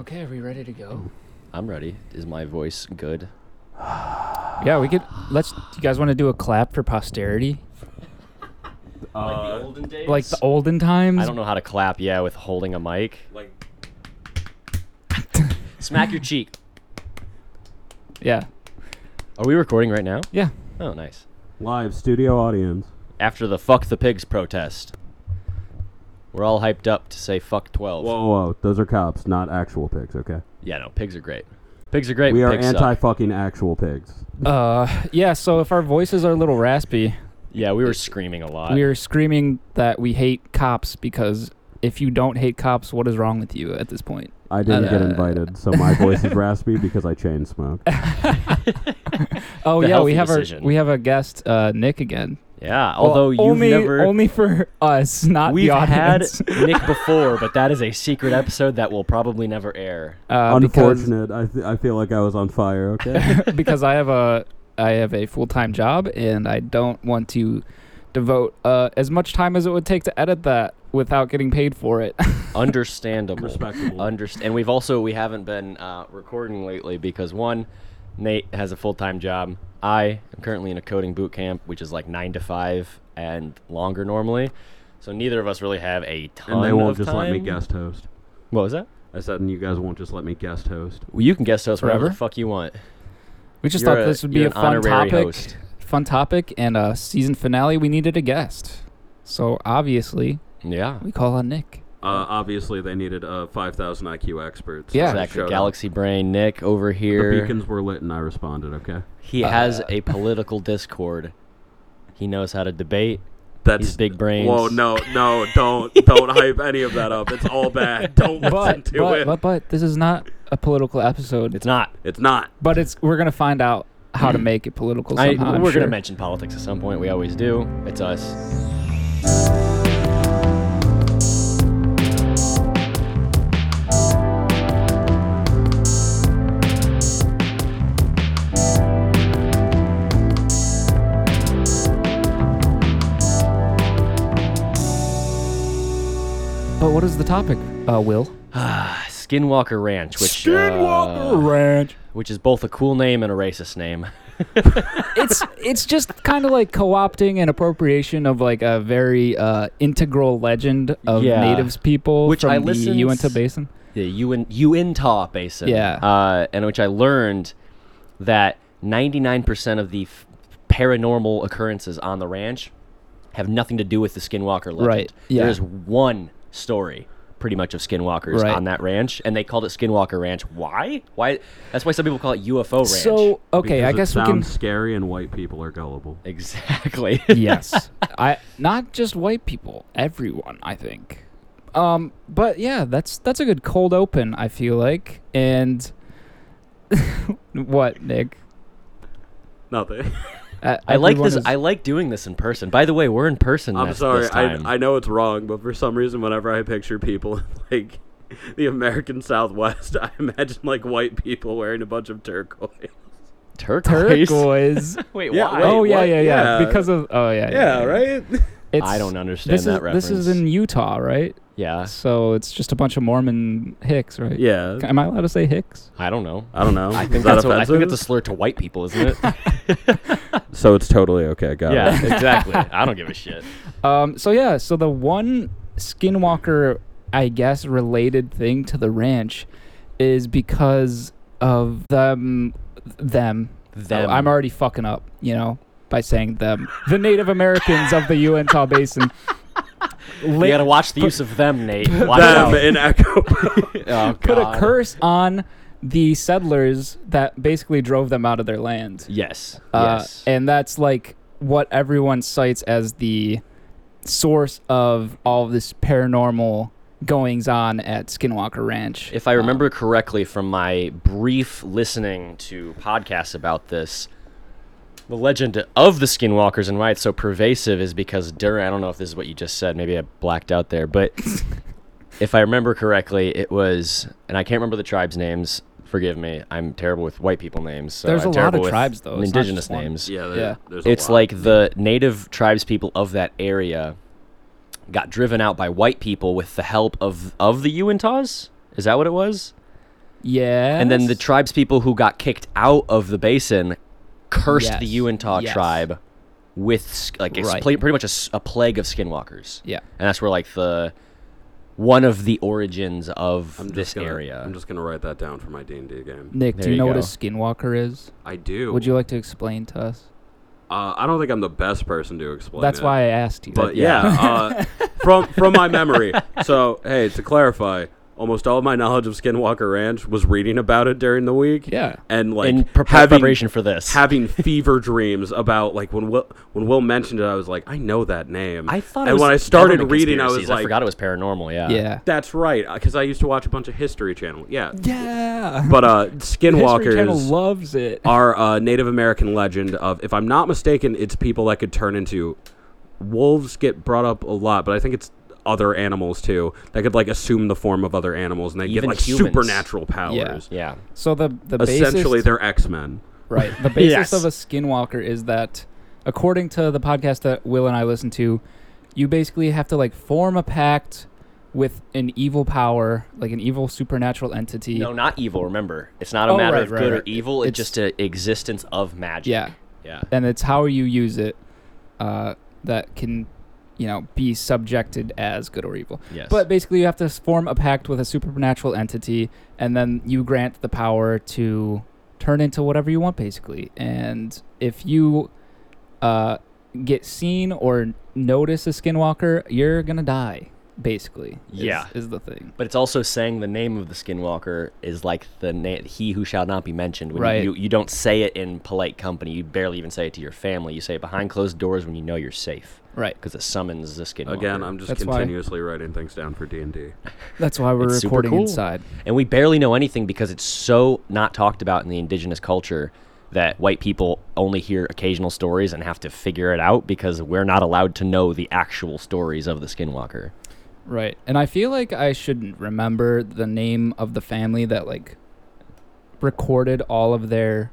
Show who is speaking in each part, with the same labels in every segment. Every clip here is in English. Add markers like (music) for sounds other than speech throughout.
Speaker 1: Okay, are we ready to go?
Speaker 2: I'm ready. Is my voice good?
Speaker 1: Yeah, we could. Let's. You guys want to do a clap for posterity,
Speaker 3: Uh,
Speaker 2: like the olden days?
Speaker 1: like the olden times?
Speaker 2: I don't know how to clap, yeah, with holding a mic. Like (laughs) Smack your cheek.
Speaker 1: Yeah,
Speaker 2: Are we recording right now?
Speaker 1: yeah.
Speaker 2: Oh, nice.
Speaker 3: Live studio audience.
Speaker 2: After the fuck the pigs protest. We're all hyped up to say fuck 12.
Speaker 3: Whoa, whoa, those are cops, not actual pigs. Okay,
Speaker 2: Yeah, no, pigs are great. Pigs are great.
Speaker 3: we
Speaker 2: but
Speaker 3: are
Speaker 2: pigs suck.
Speaker 3: anti-fucking actual pigs.
Speaker 1: Uh, yeah. So if our voices are a little raspy,
Speaker 2: Yeah, we were screaming a lot.
Speaker 1: we are screaming that we hate cops because if you don't hate cops, what is wrong with you at this point?
Speaker 3: I didn't get
Speaker 1: Uh,
Speaker 3: invited,
Speaker 1: (laughs)
Speaker 3: so my voice is raspy because I chain smoke.
Speaker 1: Oh
Speaker 2: The
Speaker 1: yeah, we
Speaker 2: healthy
Speaker 1: have
Speaker 2: decision.
Speaker 1: our we have a guest, uh, Nick again.
Speaker 2: yeah,
Speaker 1: Well,
Speaker 2: although you've
Speaker 1: only
Speaker 2: never
Speaker 1: only for us, not
Speaker 2: We've
Speaker 1: the
Speaker 2: had
Speaker 1: audience. (laughs)
Speaker 2: Nick before, but that is a secret episode that will probably never air.
Speaker 1: uh, because-
Speaker 3: Unfortunate. I, th- I feel like I was on fire.
Speaker 1: (laughs)
Speaker 3: Okay.
Speaker 1: because I have a I have a full time job and I don't want to devote uh, as much time as it would take to edit that without getting paid for it. (laughs)
Speaker 2: Understandable.
Speaker 3: Respectable.
Speaker 2: Underst- and we've also we haven't been uh, recording lately because one, Nate has a full time job. I am currently in a coding boot camp, which is like nine to five and longer normally. So neither of us really have a ton. of time.
Speaker 3: host.
Speaker 2: What was that?
Speaker 3: I said, and you guys won't just let me guest host.
Speaker 2: Well, you can guest host whatever the
Speaker 1: Forever?
Speaker 2: fuck you want.
Speaker 1: we just
Speaker 2: You're
Speaker 1: thought
Speaker 2: a-
Speaker 1: this would be
Speaker 2: you're
Speaker 1: a
Speaker 2: an
Speaker 1: fun
Speaker 2: honorary
Speaker 1: topic,
Speaker 2: host.
Speaker 1: fun topic, and a season finale. We needed a guest, so obviously
Speaker 2: Yeah.
Speaker 1: we call on Nick.
Speaker 3: Uh, obviously, they needed uh, a 5,000 IQ experts.
Speaker 1: Yeah.
Speaker 2: Exactly. Galaxy Brain, Nick over
Speaker 3: The
Speaker 2: here.
Speaker 3: beacons were lit, and I responded. Okay.
Speaker 2: He has a political discord. He knows how to debate.
Speaker 3: That's
Speaker 2: He's big brains.
Speaker 3: Whoa, no, no,
Speaker 2: (laughs)
Speaker 3: don't, don't hype any of that up. It's all bad. (laughs) Don't listen
Speaker 1: But
Speaker 3: to
Speaker 1: but,
Speaker 3: it.
Speaker 1: but but this is not a political episode.
Speaker 2: It's not.
Speaker 3: It's not.
Speaker 1: but it's we're gonna find out how to make it political
Speaker 2: Mm. I,
Speaker 1: somehow. I'm
Speaker 2: we're
Speaker 1: sure.
Speaker 2: gonna mention politics at some point. We always do. It's us.
Speaker 1: But what is the topic, uh, Will?
Speaker 2: Skinwalker Ranch, which uh,
Speaker 1: Ranch.
Speaker 2: which is both a cool name and a racist name. (laughs)
Speaker 1: it's it's just kind of like co-opting and appropriation of like a very uh, integral legend of
Speaker 2: Yeah.
Speaker 1: natives people
Speaker 2: Which
Speaker 1: from
Speaker 2: I
Speaker 1: the
Speaker 2: listened-
Speaker 1: Uinta Basin.
Speaker 2: The Uin- Uintah Basin.
Speaker 1: Yeah.
Speaker 2: Uh, and which I learned that 99% of the f- paranormal occurrences on the ranch have nothing to do with the Skinwalker legend.
Speaker 1: Right, yeah.
Speaker 2: There's one story pretty much of skinwalkers
Speaker 1: Right.
Speaker 2: on that ranch and they called it skinwalker ranch why why that's why some people call it ufo ranch
Speaker 1: So okay, I guess we can.
Speaker 3: scary, and white people are gullible.
Speaker 2: (laughs) exactly
Speaker 1: (laughs) yes, I not just white people, everyone. I think. Um, but yeah, that's that's a good cold open. I feel like and (laughs) what Nick.
Speaker 3: Nothing.
Speaker 2: (laughs)
Speaker 1: Uh,
Speaker 2: i like this
Speaker 1: everyone
Speaker 2: i
Speaker 1: is-
Speaker 2: like doing this in person by the way we're in person
Speaker 3: I'm
Speaker 2: this,
Speaker 3: sorry.
Speaker 2: this time.
Speaker 3: I, I know it's wrong, but for some reason, whenever I picture people (laughs) in, like the American Southwest, (laughs) I imagine like white people wearing a bunch of turquoise.
Speaker 2: turquoise.
Speaker 1: turquoise.
Speaker 2: (laughs) Wait,
Speaker 3: Yeah,
Speaker 2: why?
Speaker 1: (laughs)
Speaker 3: wait,
Speaker 1: oh yeah,
Speaker 3: what?
Speaker 1: yeah, yeah,
Speaker 3: Yeah.
Speaker 1: Because of oh yeah,
Speaker 3: right.
Speaker 1: It's,
Speaker 2: I don't understand
Speaker 1: This is
Speaker 2: that reference.
Speaker 1: this is in Utah, right?
Speaker 2: yeah.
Speaker 1: So it's just a bunch of Mormon hicks, right?
Speaker 3: (laughs) yeah.
Speaker 1: Am I allowed to say hicks?
Speaker 2: I don't know.
Speaker 1: Um,
Speaker 3: I don't know.
Speaker 2: I think
Speaker 3: Is that
Speaker 2: that's what, I think
Speaker 3: offensive?
Speaker 2: it's a slur to white people, isn't
Speaker 1: (laughs)
Speaker 2: it?
Speaker 3: so it's totally okay. Got
Speaker 2: yeah, (laughs) exactly. I don't give a shit.
Speaker 1: Um, so yeah, so the one Skinwalker, I guess, related thing to the ranch is because of them. Them.
Speaker 2: Them.
Speaker 1: Oh, I'm already fucking up, you know, by saying them. The Native Americans of the Uintah Basin.
Speaker 2: You
Speaker 1: Lay-
Speaker 2: gotta watch the use of
Speaker 1: (laughs)
Speaker 2: them, Nate. Watch out.
Speaker 3: Them in echo.
Speaker 2: (laughs) Oh,
Speaker 1: put
Speaker 2: God.
Speaker 1: a curse on the settlers that basically drove them out of their land.
Speaker 2: Yes.
Speaker 1: Uh,
Speaker 2: yes.
Speaker 1: and that's like what everyone cites as the source of all this paranormal goings on at Skinwalker Ranch. Um,
Speaker 2: if I remember correctly from my brief listening to podcasts about this, the legend of the skinwalkers and why it's so pervasive is because during I don't know if this is what you just said, maybe I blacked out there, but if I remember correctly, it was and I can't remember the tribes' names. Forgive me, I'm terrible with white people names. So
Speaker 1: There's
Speaker 2: I'm
Speaker 1: a lot
Speaker 2: terrible
Speaker 1: of
Speaker 2: with
Speaker 1: tribes, though. It's not just
Speaker 2: indigenous
Speaker 1: one.
Speaker 2: names.
Speaker 3: yeah.
Speaker 1: Yeah.
Speaker 3: There's a
Speaker 2: It's
Speaker 3: lot.
Speaker 2: like the native tribes people of that area got driven out by white people with the help of of the Uintahs. Is that what it was?
Speaker 1: Yeah.
Speaker 2: And then the tribes people who got kicked out of the basin cursed the
Speaker 1: Yes.
Speaker 2: Uintah
Speaker 1: Yes.
Speaker 2: tribe with s- like it's
Speaker 1: Right.
Speaker 2: pla- pretty much a, s- a plague of skinwalkers.
Speaker 1: yeah.
Speaker 2: And that's where like the one of the origins of
Speaker 3: I'm
Speaker 2: this
Speaker 3: just gonna,
Speaker 2: area.
Speaker 3: I'm just gonna write that down for my D and D game.
Speaker 1: Nick,
Speaker 2: There
Speaker 1: do you
Speaker 2: you
Speaker 1: know what a
Speaker 2: go.
Speaker 1: skinwalker is?
Speaker 3: I do.
Speaker 1: Would you like to explain to us?
Speaker 3: Uh, I don't think I'm the best person to explain.
Speaker 1: That's
Speaker 3: it.
Speaker 1: why I asked you.
Speaker 3: But
Speaker 1: (laughs)
Speaker 3: yeah, uh, from from my memory. So hey, to clarify, almost all of my knowledge of Skinwalker Ranch was reading about it during the week.
Speaker 1: Yeah.
Speaker 3: and like
Speaker 2: in pre-
Speaker 3: having
Speaker 2: preparation for
Speaker 1: (laughs)
Speaker 2: this.
Speaker 3: having fever dreams about like when Will when Will mentioned it, I was like, I know that name.
Speaker 2: I thought, it
Speaker 3: and
Speaker 2: was
Speaker 3: when I started
Speaker 2: government
Speaker 3: reading, I was
Speaker 2: conspiracies.
Speaker 3: like,
Speaker 2: I forgot it was paranormal. Yeah.
Speaker 1: yeah.
Speaker 3: That's right, because I used to watch a bunch of History Channel. Yeah,
Speaker 1: Yeah.
Speaker 3: but uh,
Speaker 1: History Channel
Speaker 3: Skinwalkers
Speaker 1: loves it.
Speaker 3: are a Native American legend of, if I'm not mistaken, it's people that could turn into wolves. Get brought up a lot, but I think it's other animals too that could like assume the form of other animals and they get
Speaker 2: Even
Speaker 3: like
Speaker 2: humans.
Speaker 3: supernatural powers.
Speaker 2: Yeah.
Speaker 1: So the the
Speaker 3: Essentially,
Speaker 1: basis,
Speaker 3: they're X Men.
Speaker 1: right? The basis
Speaker 2: Yes.
Speaker 1: of a skinwalker is that, according to the podcast that Will and I listen to, you basically have to like form a pact with an evil power, like an evil supernatural entity.
Speaker 2: No, not evil. Remember, it's not a
Speaker 1: E Oh,
Speaker 2: matter
Speaker 1: right,
Speaker 2: of
Speaker 1: right,
Speaker 2: good or
Speaker 1: right.
Speaker 2: evil. It's,
Speaker 1: It's-
Speaker 2: just an existence of magic.
Speaker 1: Yeah,
Speaker 2: Yeah.
Speaker 1: and it's how you use it uh, that can, you know, be subjected as good or evil.
Speaker 2: Yes.
Speaker 1: But basically, you have to form a pact with a supernatural entity, and then you grant the power to turn into whatever you want, basically. And if you uh, get seen or notice a skinwalker, you're gonna die, basically. is-
Speaker 2: Yeah.
Speaker 1: is the thing.
Speaker 2: But it's also saying the name of the skinwalker is like the na- he who shall not be mentioned. When
Speaker 1: Right.
Speaker 2: You, you don't say it in polite company. You barely even say it to your family. You say it behind closed doors when you know you're safe (laughs)
Speaker 1: Right.
Speaker 2: because it summons the skinwalker.
Speaker 3: Again, I'm just
Speaker 1: That's why-
Speaker 3: continuously writing things down for D and D.
Speaker 1: That's why we're
Speaker 2: It's super
Speaker 1: recording
Speaker 2: cool.
Speaker 1: inside.
Speaker 2: and we barely know anything because it's so not talked about in the indigenous culture that white people only hear occasional stories and have to figure it out because we're not allowed to know the actual stories of the skinwalker.
Speaker 1: Right. And I feel like I should remember the name of the family that like recorded all of their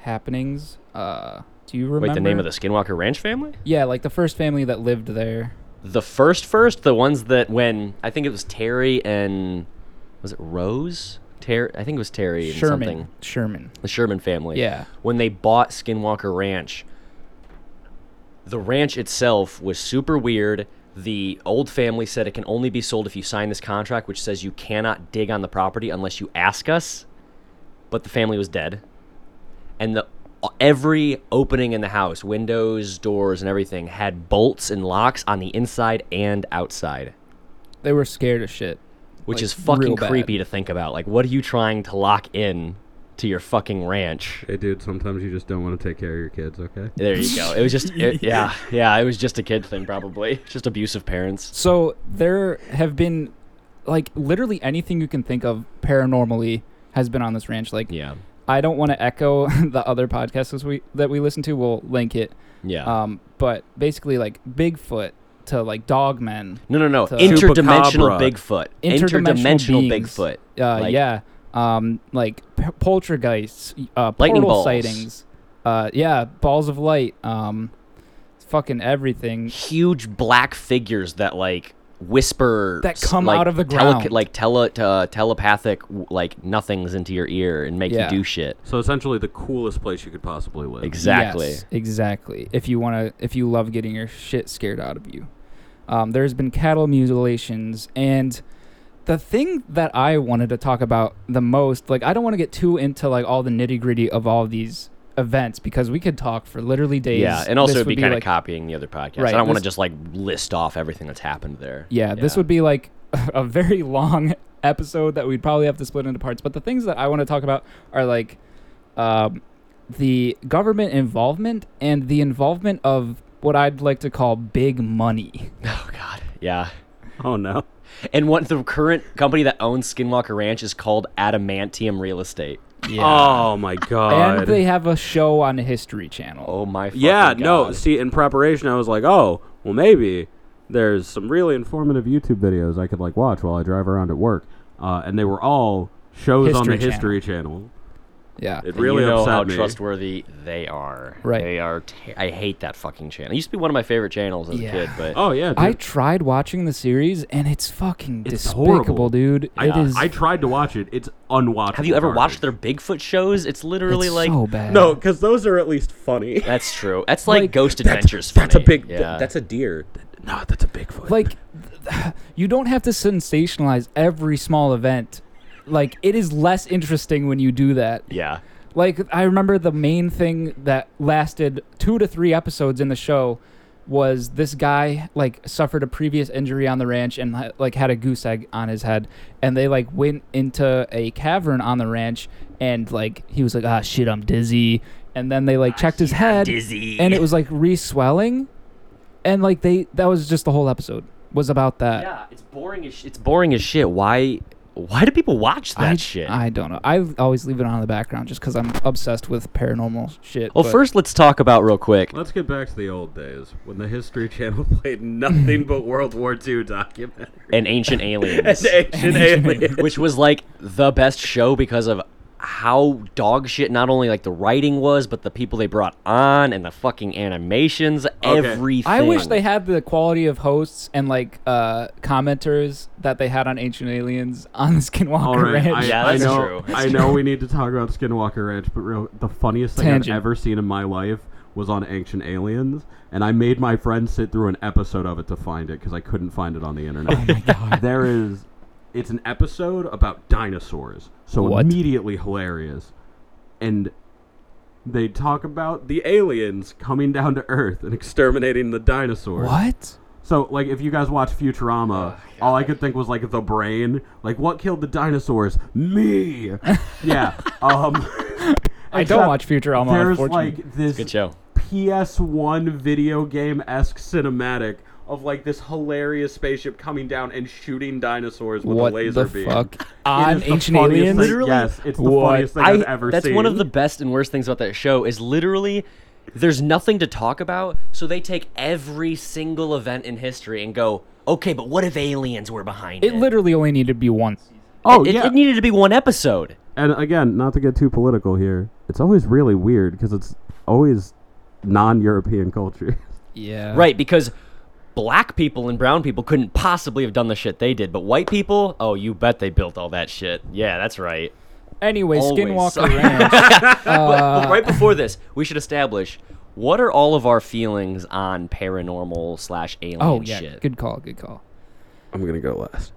Speaker 1: happenings. Uh, do you remember
Speaker 2: Wait, the name of the Skinwalker Ranch family?
Speaker 1: Yeah, like the first family that lived there.
Speaker 2: The first, first, the ones that when I think it was Terry and was it Rose? Terry, I think it was Terry and
Speaker 1: Sherman.
Speaker 2: something.
Speaker 1: Sherman.
Speaker 2: The Sherman family.
Speaker 1: Yeah.
Speaker 2: When they bought Skinwalker Ranch, the ranch itself was super weird. The old family said it can only be sold if you sign this contract, which says you cannot dig on the property unless you ask us. But the family was dead. And the every opening in the house, windows, doors, and everything had bolts and locks on the inside and outside,
Speaker 1: They were scared of shit.
Speaker 2: which
Speaker 1: Like,
Speaker 2: is
Speaker 1: real
Speaker 2: fucking
Speaker 1: bad.
Speaker 2: creepy to think about. Like what are you trying to lock in to your fucking ranch?
Speaker 3: Hey, dude, sometimes you just don't want to take care of your kids. Okay.
Speaker 2: There you go. It was just,
Speaker 1: (laughs)
Speaker 2: it, yeah, yeah. It was just a kid thing, probably. (laughs) Just abusive parents.
Speaker 1: So there have been like literally anything you can think of paranormally has been on this ranch. Like
Speaker 2: Yeah,
Speaker 1: I don't want to echo (laughs) the other podcasts that we that we listen to. We'll link it.
Speaker 2: yeah.
Speaker 1: Um, but basically like Bigfoot to like dogmen.
Speaker 2: no, no, no.
Speaker 1: to-
Speaker 2: Interdimensional
Speaker 3: Chupacabra.
Speaker 2: Bigfoot.
Speaker 1: Interdimensional
Speaker 2: Interdimensional
Speaker 1: beings.
Speaker 2: Bigfoot.
Speaker 1: Uh,
Speaker 2: Like-
Speaker 1: yeah. Um, like p- poltergeists, y- uh,
Speaker 2: Lightning
Speaker 1: portal
Speaker 2: balls.
Speaker 1: sightings. Uh, yeah, balls of light. Um, fucking everything.
Speaker 2: Huge black figures that like whisper
Speaker 1: That come
Speaker 2: like,
Speaker 1: out of the ground.
Speaker 2: like tele uh, telepathic w- like nothings into your ear and make
Speaker 1: Yeah.
Speaker 2: you do shit.
Speaker 3: So essentially, the coolest place you could possibly live.
Speaker 2: Exactly.
Speaker 1: Yes, exactly. If you want to, if you love getting your shit scared out of you, um, there's been cattle mutilations, and the thing that I wanted to talk about the most, like, I don't want to get too into like all the nitty gritty of all these events because we could talk for literally days.
Speaker 2: Yeah, and also
Speaker 1: This
Speaker 2: it'd be,
Speaker 1: would
Speaker 2: kind of
Speaker 1: like-
Speaker 2: copying the other podcast.
Speaker 1: Right,
Speaker 2: I don't want to
Speaker 1: this-
Speaker 2: just like list off everything that's happened there.
Speaker 1: Yeah, this would be like (laughs) a very long episode that we'd probably have to split into parts. But the things that I want to talk about are like um, the government involvement and the involvement of what I'd like to call big money.
Speaker 2: (laughs) Oh God. Yeah.
Speaker 3: Oh no.
Speaker 2: And what the current company that owns Skinwalker Ranch is called Adamantium Real Estate.
Speaker 3: Oh my god.
Speaker 1: And they have a show on the History Channel.
Speaker 2: Oh my. Fucking
Speaker 3: yeah, no.
Speaker 2: God.
Speaker 3: See, in preparation, I was like, oh, well, maybe there's some really informative YouTube videos I could like watch while I drive around at work, uh, and they were all shows on the
Speaker 1: History
Speaker 3: History Channel.
Speaker 1: Yeah.
Speaker 3: Oh, It
Speaker 2: And
Speaker 3: really
Speaker 2: you know
Speaker 3: upset
Speaker 2: how
Speaker 3: me.
Speaker 2: trustworthy they are.
Speaker 1: Right.
Speaker 2: They are. Ter- I hate that fucking channel. It used to be one of my favorite channels as
Speaker 1: Yeah.
Speaker 2: a kid, but
Speaker 3: oh yeah, dude.
Speaker 1: I tried watching the series and it's fucking
Speaker 3: It's
Speaker 1: despicable,
Speaker 3: horrible.
Speaker 1: dude.
Speaker 3: I,
Speaker 1: it is
Speaker 3: I tried to watch it. It's unwatchable.
Speaker 2: have you ever
Speaker 3: garbage.
Speaker 2: watched their Bigfoot shows? It's literally
Speaker 1: it's
Speaker 2: like
Speaker 1: so bad.
Speaker 3: No, because those are at least funny.
Speaker 2: that's true. That's like,
Speaker 3: Like,
Speaker 2: Ghost
Speaker 3: that's-
Speaker 2: Adventures.
Speaker 3: (laughs) That's
Speaker 2: funny.
Speaker 3: a big.
Speaker 2: Yeah.
Speaker 3: That's a deer. No, that's a
Speaker 1: (laughs)
Speaker 3: Bigfoot.
Speaker 1: like (sighs) you don't have to sensationalize every small event. Like it is less interesting when you do that.
Speaker 2: yeah.
Speaker 1: Like I remember the main thing that lasted 2 to 3 episodes in the show was this guy like suffered a previous injury on the ranch and ha- like had a goose egg on his head and they like went into a cavern on the ranch and like he was like ah shit I'm dizzy and then they like checked his head
Speaker 2: Ah, Dizzy.
Speaker 1: and it was like re-swelling and like they that was just the whole episode was about that
Speaker 2: Yeah, it's boring as sh- it's boring as shit. Why? Why do people watch that
Speaker 1: I,
Speaker 2: shit?
Speaker 1: I don't know. I always leave it on in the background just because I'm obsessed with paranormal shit.
Speaker 2: well,
Speaker 1: but-
Speaker 2: first let's talk about real quick.
Speaker 3: Let's get back to the old days when the History Channel (laughs) played nothing but World War II documentaries
Speaker 2: An
Speaker 3: (laughs)
Speaker 2: ancient aliens,
Speaker 3: and (laughs) ancient aliens.
Speaker 2: (laughs) which was like the best show because of how dog shit not only like the writing was, but the people they brought on and the fucking animations, everything.
Speaker 1: I wish they had the quality of hosts and like uh, commenters that they had on Ancient Aliens on the Skinwalker
Speaker 3: All right, I,
Speaker 1: Ranch.
Speaker 2: Yeah,
Speaker 3: I
Speaker 2: that's
Speaker 1: (laughs)
Speaker 3: know,
Speaker 2: true. That's
Speaker 3: I know we need to talk about Skinwalker Ranch, but real, the funniest thing
Speaker 1: Tangent.
Speaker 3: I've ever seen in my life was on Ancient Aliens, and I made my friend sit through an episode of it to find it because I couldn't find it on the internet.
Speaker 1: Oh
Speaker 3: (laughs) There is, it's an episode about dinosaurs, so
Speaker 1: What?
Speaker 3: immediately hilarious, and they talk about the aliens coming down to Earth and exterminating the dinosaurs.
Speaker 1: What?
Speaker 3: So, like, if you guys watch Futurama, all I could think was like the brain. Like, what killed the dinosaurs? Me. yeah. Um.
Speaker 1: I
Speaker 3: except
Speaker 1: don't watch Futurama.
Speaker 3: There's
Speaker 1: unfortunately.
Speaker 3: like this
Speaker 2: good show.
Speaker 3: PS1 video game esque cinematic of like this hilarious spaceship coming down and shooting dinosaurs with
Speaker 1: what
Speaker 3: a laser
Speaker 1: the
Speaker 3: beam. (laughs) It
Speaker 1: fuck?
Speaker 3: is
Speaker 1: On
Speaker 3: the
Speaker 1: Ancient
Speaker 3: funniest
Speaker 1: Aliens?
Speaker 3: thing-
Speaker 2: Literally,
Speaker 3: yes, it's the
Speaker 1: what?
Speaker 3: funniest thing I, have
Speaker 2: I-
Speaker 3: ever
Speaker 2: that's
Speaker 3: seen.
Speaker 2: one of the best and worst things about that show is literally there's nothing to talk about, so they take every single event in history and go, okay, but what if aliens were behind it?
Speaker 1: It literally only needed to be one.
Speaker 3: Oh
Speaker 2: It-
Speaker 3: yeah,
Speaker 2: it needed to be one episode.
Speaker 3: and again, not to get too political here, it's always really weird because it's always non-European culture. (laughs)
Speaker 1: Yeah.
Speaker 2: Right, because black people and brown people couldn't possibly have done the shit they did, but white people, oh, you bet they built all that shit. Yeah, that's right.
Speaker 1: Anyway,
Speaker 2: Always.
Speaker 3: (laughs)
Speaker 1: Skinwalker (laughs) Ranch. Uh.
Speaker 2: But right before this, we should establish what are all of our feelings on paranormal slash alien
Speaker 1: Oh yeah.
Speaker 2: shit.
Speaker 1: Good call. Good call. Oh,
Speaker 3: I'm gonna go last.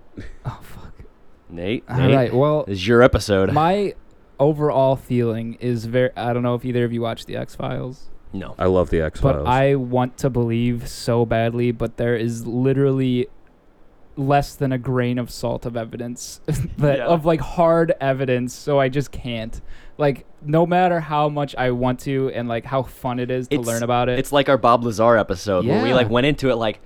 Speaker 2: Nate,
Speaker 1: All
Speaker 2: Nate,
Speaker 1: right. Well,
Speaker 2: this is your episode.
Speaker 1: my overall feeling is very. I don't know if either of you watch the X Files.
Speaker 2: no.
Speaker 3: I love the X
Speaker 1: but
Speaker 3: Files.
Speaker 1: I want to believe so badly, but there is literally less than a grain of salt of evidence (laughs) that
Speaker 2: Yeah.
Speaker 1: of like hard evidence, so I just can't. Like no matter how much I want to and like how fun it is to
Speaker 2: It's-
Speaker 1: learn about it.
Speaker 2: It's like our Bob Lazar episode where we
Speaker 1: Yeah.
Speaker 2: like went into it like,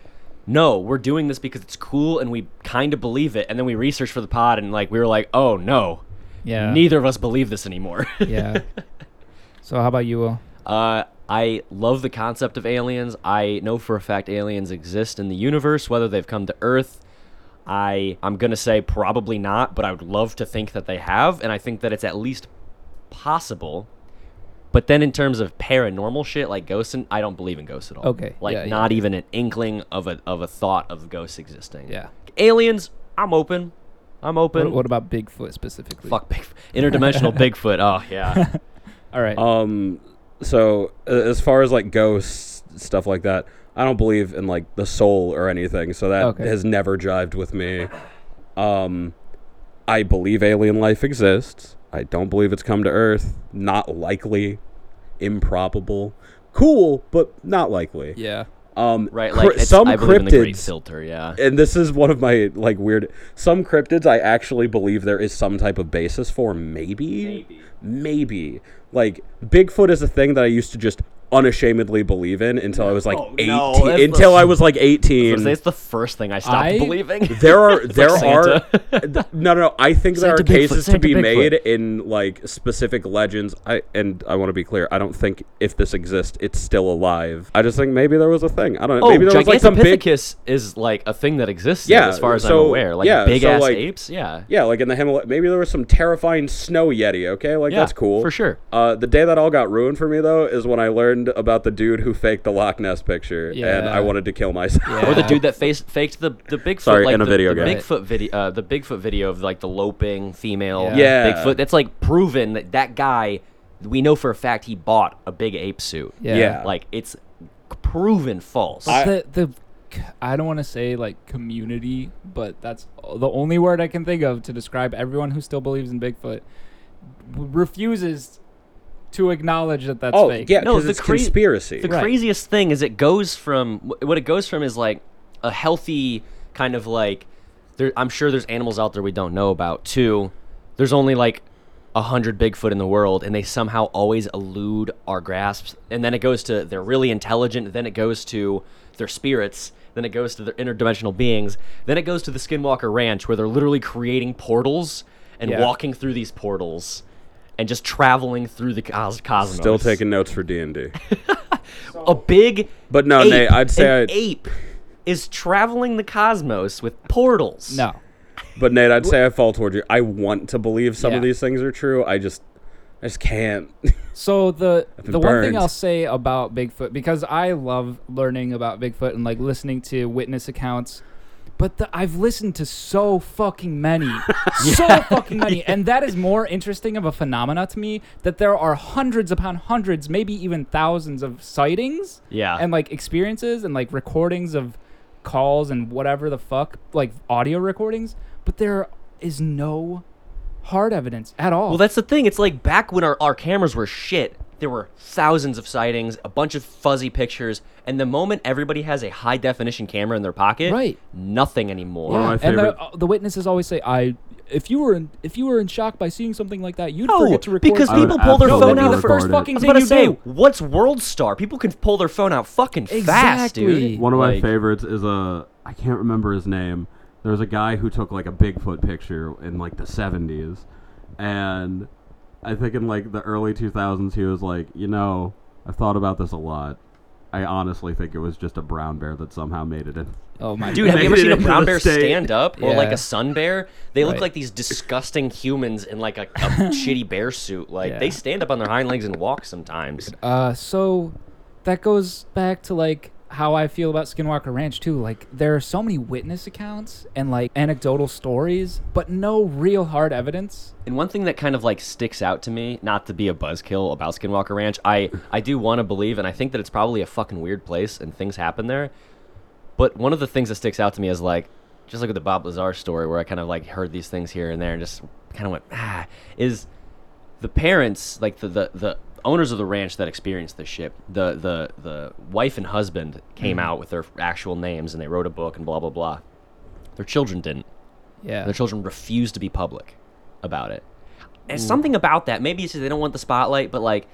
Speaker 2: no, we're doing this because it's cool and we kind of believe it, and then we researched for the pod and like we were like, oh no,
Speaker 1: yeah.
Speaker 2: neither of us believe this anymore. (laughs)
Speaker 1: yeah. So how about you, Will?
Speaker 2: Uh, I love the concept of aliens. I know for a fact aliens exist in the universe, whether they've come to Earth. I I'm gonna say probably not, but I would love to think that they have, and I think that it's at least possible. But then in terms of paranormal shit like ghosts, and I don't believe in ghosts at all.
Speaker 1: Okay,
Speaker 2: like
Speaker 1: yeah, yeah,
Speaker 2: not even an inkling of a of a thought of ghosts existing.
Speaker 1: Yeah.
Speaker 2: aliens. I'm open. I'm
Speaker 1: What,
Speaker 2: open.
Speaker 1: what about Bigfoot specifically?
Speaker 2: Fuck big,
Speaker 1: (laughs)
Speaker 2: interdimensional Bigfoot. Oh yeah.
Speaker 1: All right.
Speaker 3: Um. So uh, as far as like ghosts stuff like that, I don't believe in like the soul or anything. So that
Speaker 1: Okay.
Speaker 3: has never jived with me. Um, I believe alien life exists. I don't believe it's come to Earth. Not likely. Improbable. Cool, but not likely.
Speaker 1: yeah.
Speaker 3: Um,
Speaker 2: Right.
Speaker 3: cr-
Speaker 2: Like it's,
Speaker 3: some
Speaker 2: I believe in the great
Speaker 3: cryptids
Speaker 2: filter. Yeah.
Speaker 3: and this is one of my like weird some cryptids i actually believe there is some type of basis for maybe maybe, like bigfoot is a thing that i used to just unashamedly believe in until I was like
Speaker 2: No,
Speaker 3: 18
Speaker 2: Oh, no, that's the-
Speaker 3: until I was like 18.
Speaker 2: It's the first thing I stopped
Speaker 1: I-
Speaker 2: (laughs) believing.
Speaker 3: there are there
Speaker 2: like
Speaker 3: are
Speaker 2: Santa.
Speaker 3: th- no no I think there
Speaker 2: Santa
Speaker 3: are cases
Speaker 2: Bigfoot, Santa
Speaker 3: to be
Speaker 2: Bigfoot.
Speaker 3: made in like specific legends I and I want to be clear I don't think if this exists it's still alive I just think maybe there was a thing I don't know
Speaker 2: Oh,
Speaker 3: maybe there was like some big
Speaker 2: Gigantopithecus is like a thing that exists.
Speaker 3: Yeah,
Speaker 2: as far as
Speaker 3: so-
Speaker 2: I'm aware, like
Speaker 3: yeah,
Speaker 2: big
Speaker 3: so,
Speaker 2: ass
Speaker 3: like-
Speaker 2: apes. Yeah,
Speaker 3: yeah like in the Himalaya maybe there was some terrifying snow yeti okay like
Speaker 2: Yeah,
Speaker 3: that's cool
Speaker 2: for sure.
Speaker 3: uh, the day that all got ruined for me though is when I learned about the dude who faked the Loch Ness picture and
Speaker 1: Yeah.
Speaker 3: I wanted to kill myself
Speaker 2: or the dude that face, faked the the Bigfoot.
Speaker 3: Sorry,
Speaker 2: like
Speaker 3: in a
Speaker 2: the,
Speaker 3: video
Speaker 2: the
Speaker 3: game.
Speaker 2: Bigfoot video, uh, the Bigfoot video of like the loping female.
Speaker 1: Yeah.
Speaker 3: Yeah.
Speaker 2: Bigfoot. That's like proven that that guy. We know for a fact he bought a big ape suit.
Speaker 1: Yeah.
Speaker 3: Yeah.
Speaker 2: like it's proven false.
Speaker 1: But
Speaker 3: I-
Speaker 1: the the I don't want to say like community, but that's the only word I can think of to describe everyone who still believes in Bigfoot w- refuses to acknowledge that that's
Speaker 3: oh
Speaker 1: fake.
Speaker 3: yeah
Speaker 2: No,
Speaker 3: because
Speaker 2: the
Speaker 3: it's
Speaker 2: cra-
Speaker 3: conspiracy
Speaker 2: The
Speaker 1: Right.
Speaker 2: craziest thing is it goes from wh- what it goes from is like a healthy kind of like there, I'm sure there's animals out there we don't know about too. There's only like a hundred Bigfoot in the world, and they somehow always elude our grasps. And then it goes to they're really intelligent. Then it goes to their spirits. Then it goes to their interdimensional beings. Then it goes to the Skinwalker Ranch, where they're literally creating portals and
Speaker 1: Yeah.
Speaker 2: walking through these portals, and just traveling through the cos- cosmos.
Speaker 3: (laughs) still taking notes for D and D
Speaker 2: a big
Speaker 3: But no,
Speaker 2: ape,
Speaker 3: Nate, I'd say
Speaker 2: an
Speaker 3: I-
Speaker 2: ape is traveling the cosmos with portals.
Speaker 1: No.
Speaker 3: But Nate,
Speaker 2: (laughs)
Speaker 3: I'd say I fall toward you. I want to believe some of
Speaker 1: Yeah.
Speaker 3: these things are true. I just, I just can't. (laughs)
Speaker 1: So the
Speaker 3: been
Speaker 1: the one thing
Speaker 3: burned.
Speaker 1: I'll say about Bigfoot because I love learning about Bigfoot and like listening to witness accounts, but the, I've listened to so fucking many,
Speaker 2: (laughs)
Speaker 1: so fucking many, and that is more interesting of a phenomena to me that there are hundreds upon hundreds, maybe even thousands of sightings,
Speaker 2: Yeah.
Speaker 1: and like experiences and like recordings of calls and whatever the fuck, like audio recordings, but there is no hard evidence at all.
Speaker 2: Well, that's the thing. It's like back when our, our cameras were shit, there were thousands of sightings, a bunch of fuzzy pictures, and the moment everybody has a high definition camera in their pocket,
Speaker 1: Right.
Speaker 2: nothing anymore.
Speaker 3: One of my
Speaker 1: and the,
Speaker 3: favorite-
Speaker 1: uh, the witnesses always say, "I, if you were in, if you were in shock by seeing something like that, you'd
Speaker 2: No,
Speaker 1: forget to record."
Speaker 2: because
Speaker 1: it."
Speaker 3: I would
Speaker 2: people pull their phone
Speaker 1: that'd
Speaker 2: out
Speaker 1: be
Speaker 2: the
Speaker 1: the
Speaker 3: absolutely
Speaker 1: first
Speaker 2: first.
Speaker 3: regard it.
Speaker 1: fucking
Speaker 2: I was
Speaker 1: thing
Speaker 2: about
Speaker 1: you
Speaker 2: to say,
Speaker 1: do.
Speaker 2: what's World Star? People can pull their phone out fucking fast,
Speaker 1: Exactly.
Speaker 2: dude.
Speaker 4: One
Speaker 1: One
Speaker 4: of my
Speaker 2: Like,
Speaker 4: favorites is a I can't remember his name. There was a guy who took like a Bigfoot picture in like the 70s and I think in like the early 2000s he was like, "You know, I've thought about this a lot. I honestly think it was just a brown bear that somehow made it in."
Speaker 1: Oh my
Speaker 2: Dude, have you
Speaker 4: Made it
Speaker 1: (laughs)
Speaker 2: ever seen a
Speaker 4: into
Speaker 2: brown
Speaker 4: the
Speaker 2: bear
Speaker 4: state.
Speaker 2: stand up or like
Speaker 1: Yeah.
Speaker 2: a sun bear? They look
Speaker 1: Right.
Speaker 2: like these disgusting humans in like a, a
Speaker 1: (laughs)
Speaker 2: shitty bear suit. Like
Speaker 1: Yeah.
Speaker 2: they stand up on their hind legs and walk sometimes.
Speaker 1: Uh, so that goes back to like how I feel about Skinwalker Ranch too. Like there are so many witness accounts and like anecdotal stories, but no real hard evidence.
Speaker 2: And one thing that kind of like sticks out to me, not to be a buzzkill about Skinwalker Ranch, I I do want to believe, and I think that it's probably a fucking weird place and things happen there. But one of the things that sticks out to me is like, just like with the Bob Lazar story, where I kind of like heard these things here and there, and just kind of went ah, is the parents like the the, the owners of the ranch that experienced this shit. The the the wife and husband came out with their actual names, and they wrote a book and blah blah blah. Their children didn't
Speaker 1: Yeah.
Speaker 2: and their children refuse to be public about it. There's something about that. Maybe it's just they don't want the spotlight, but like,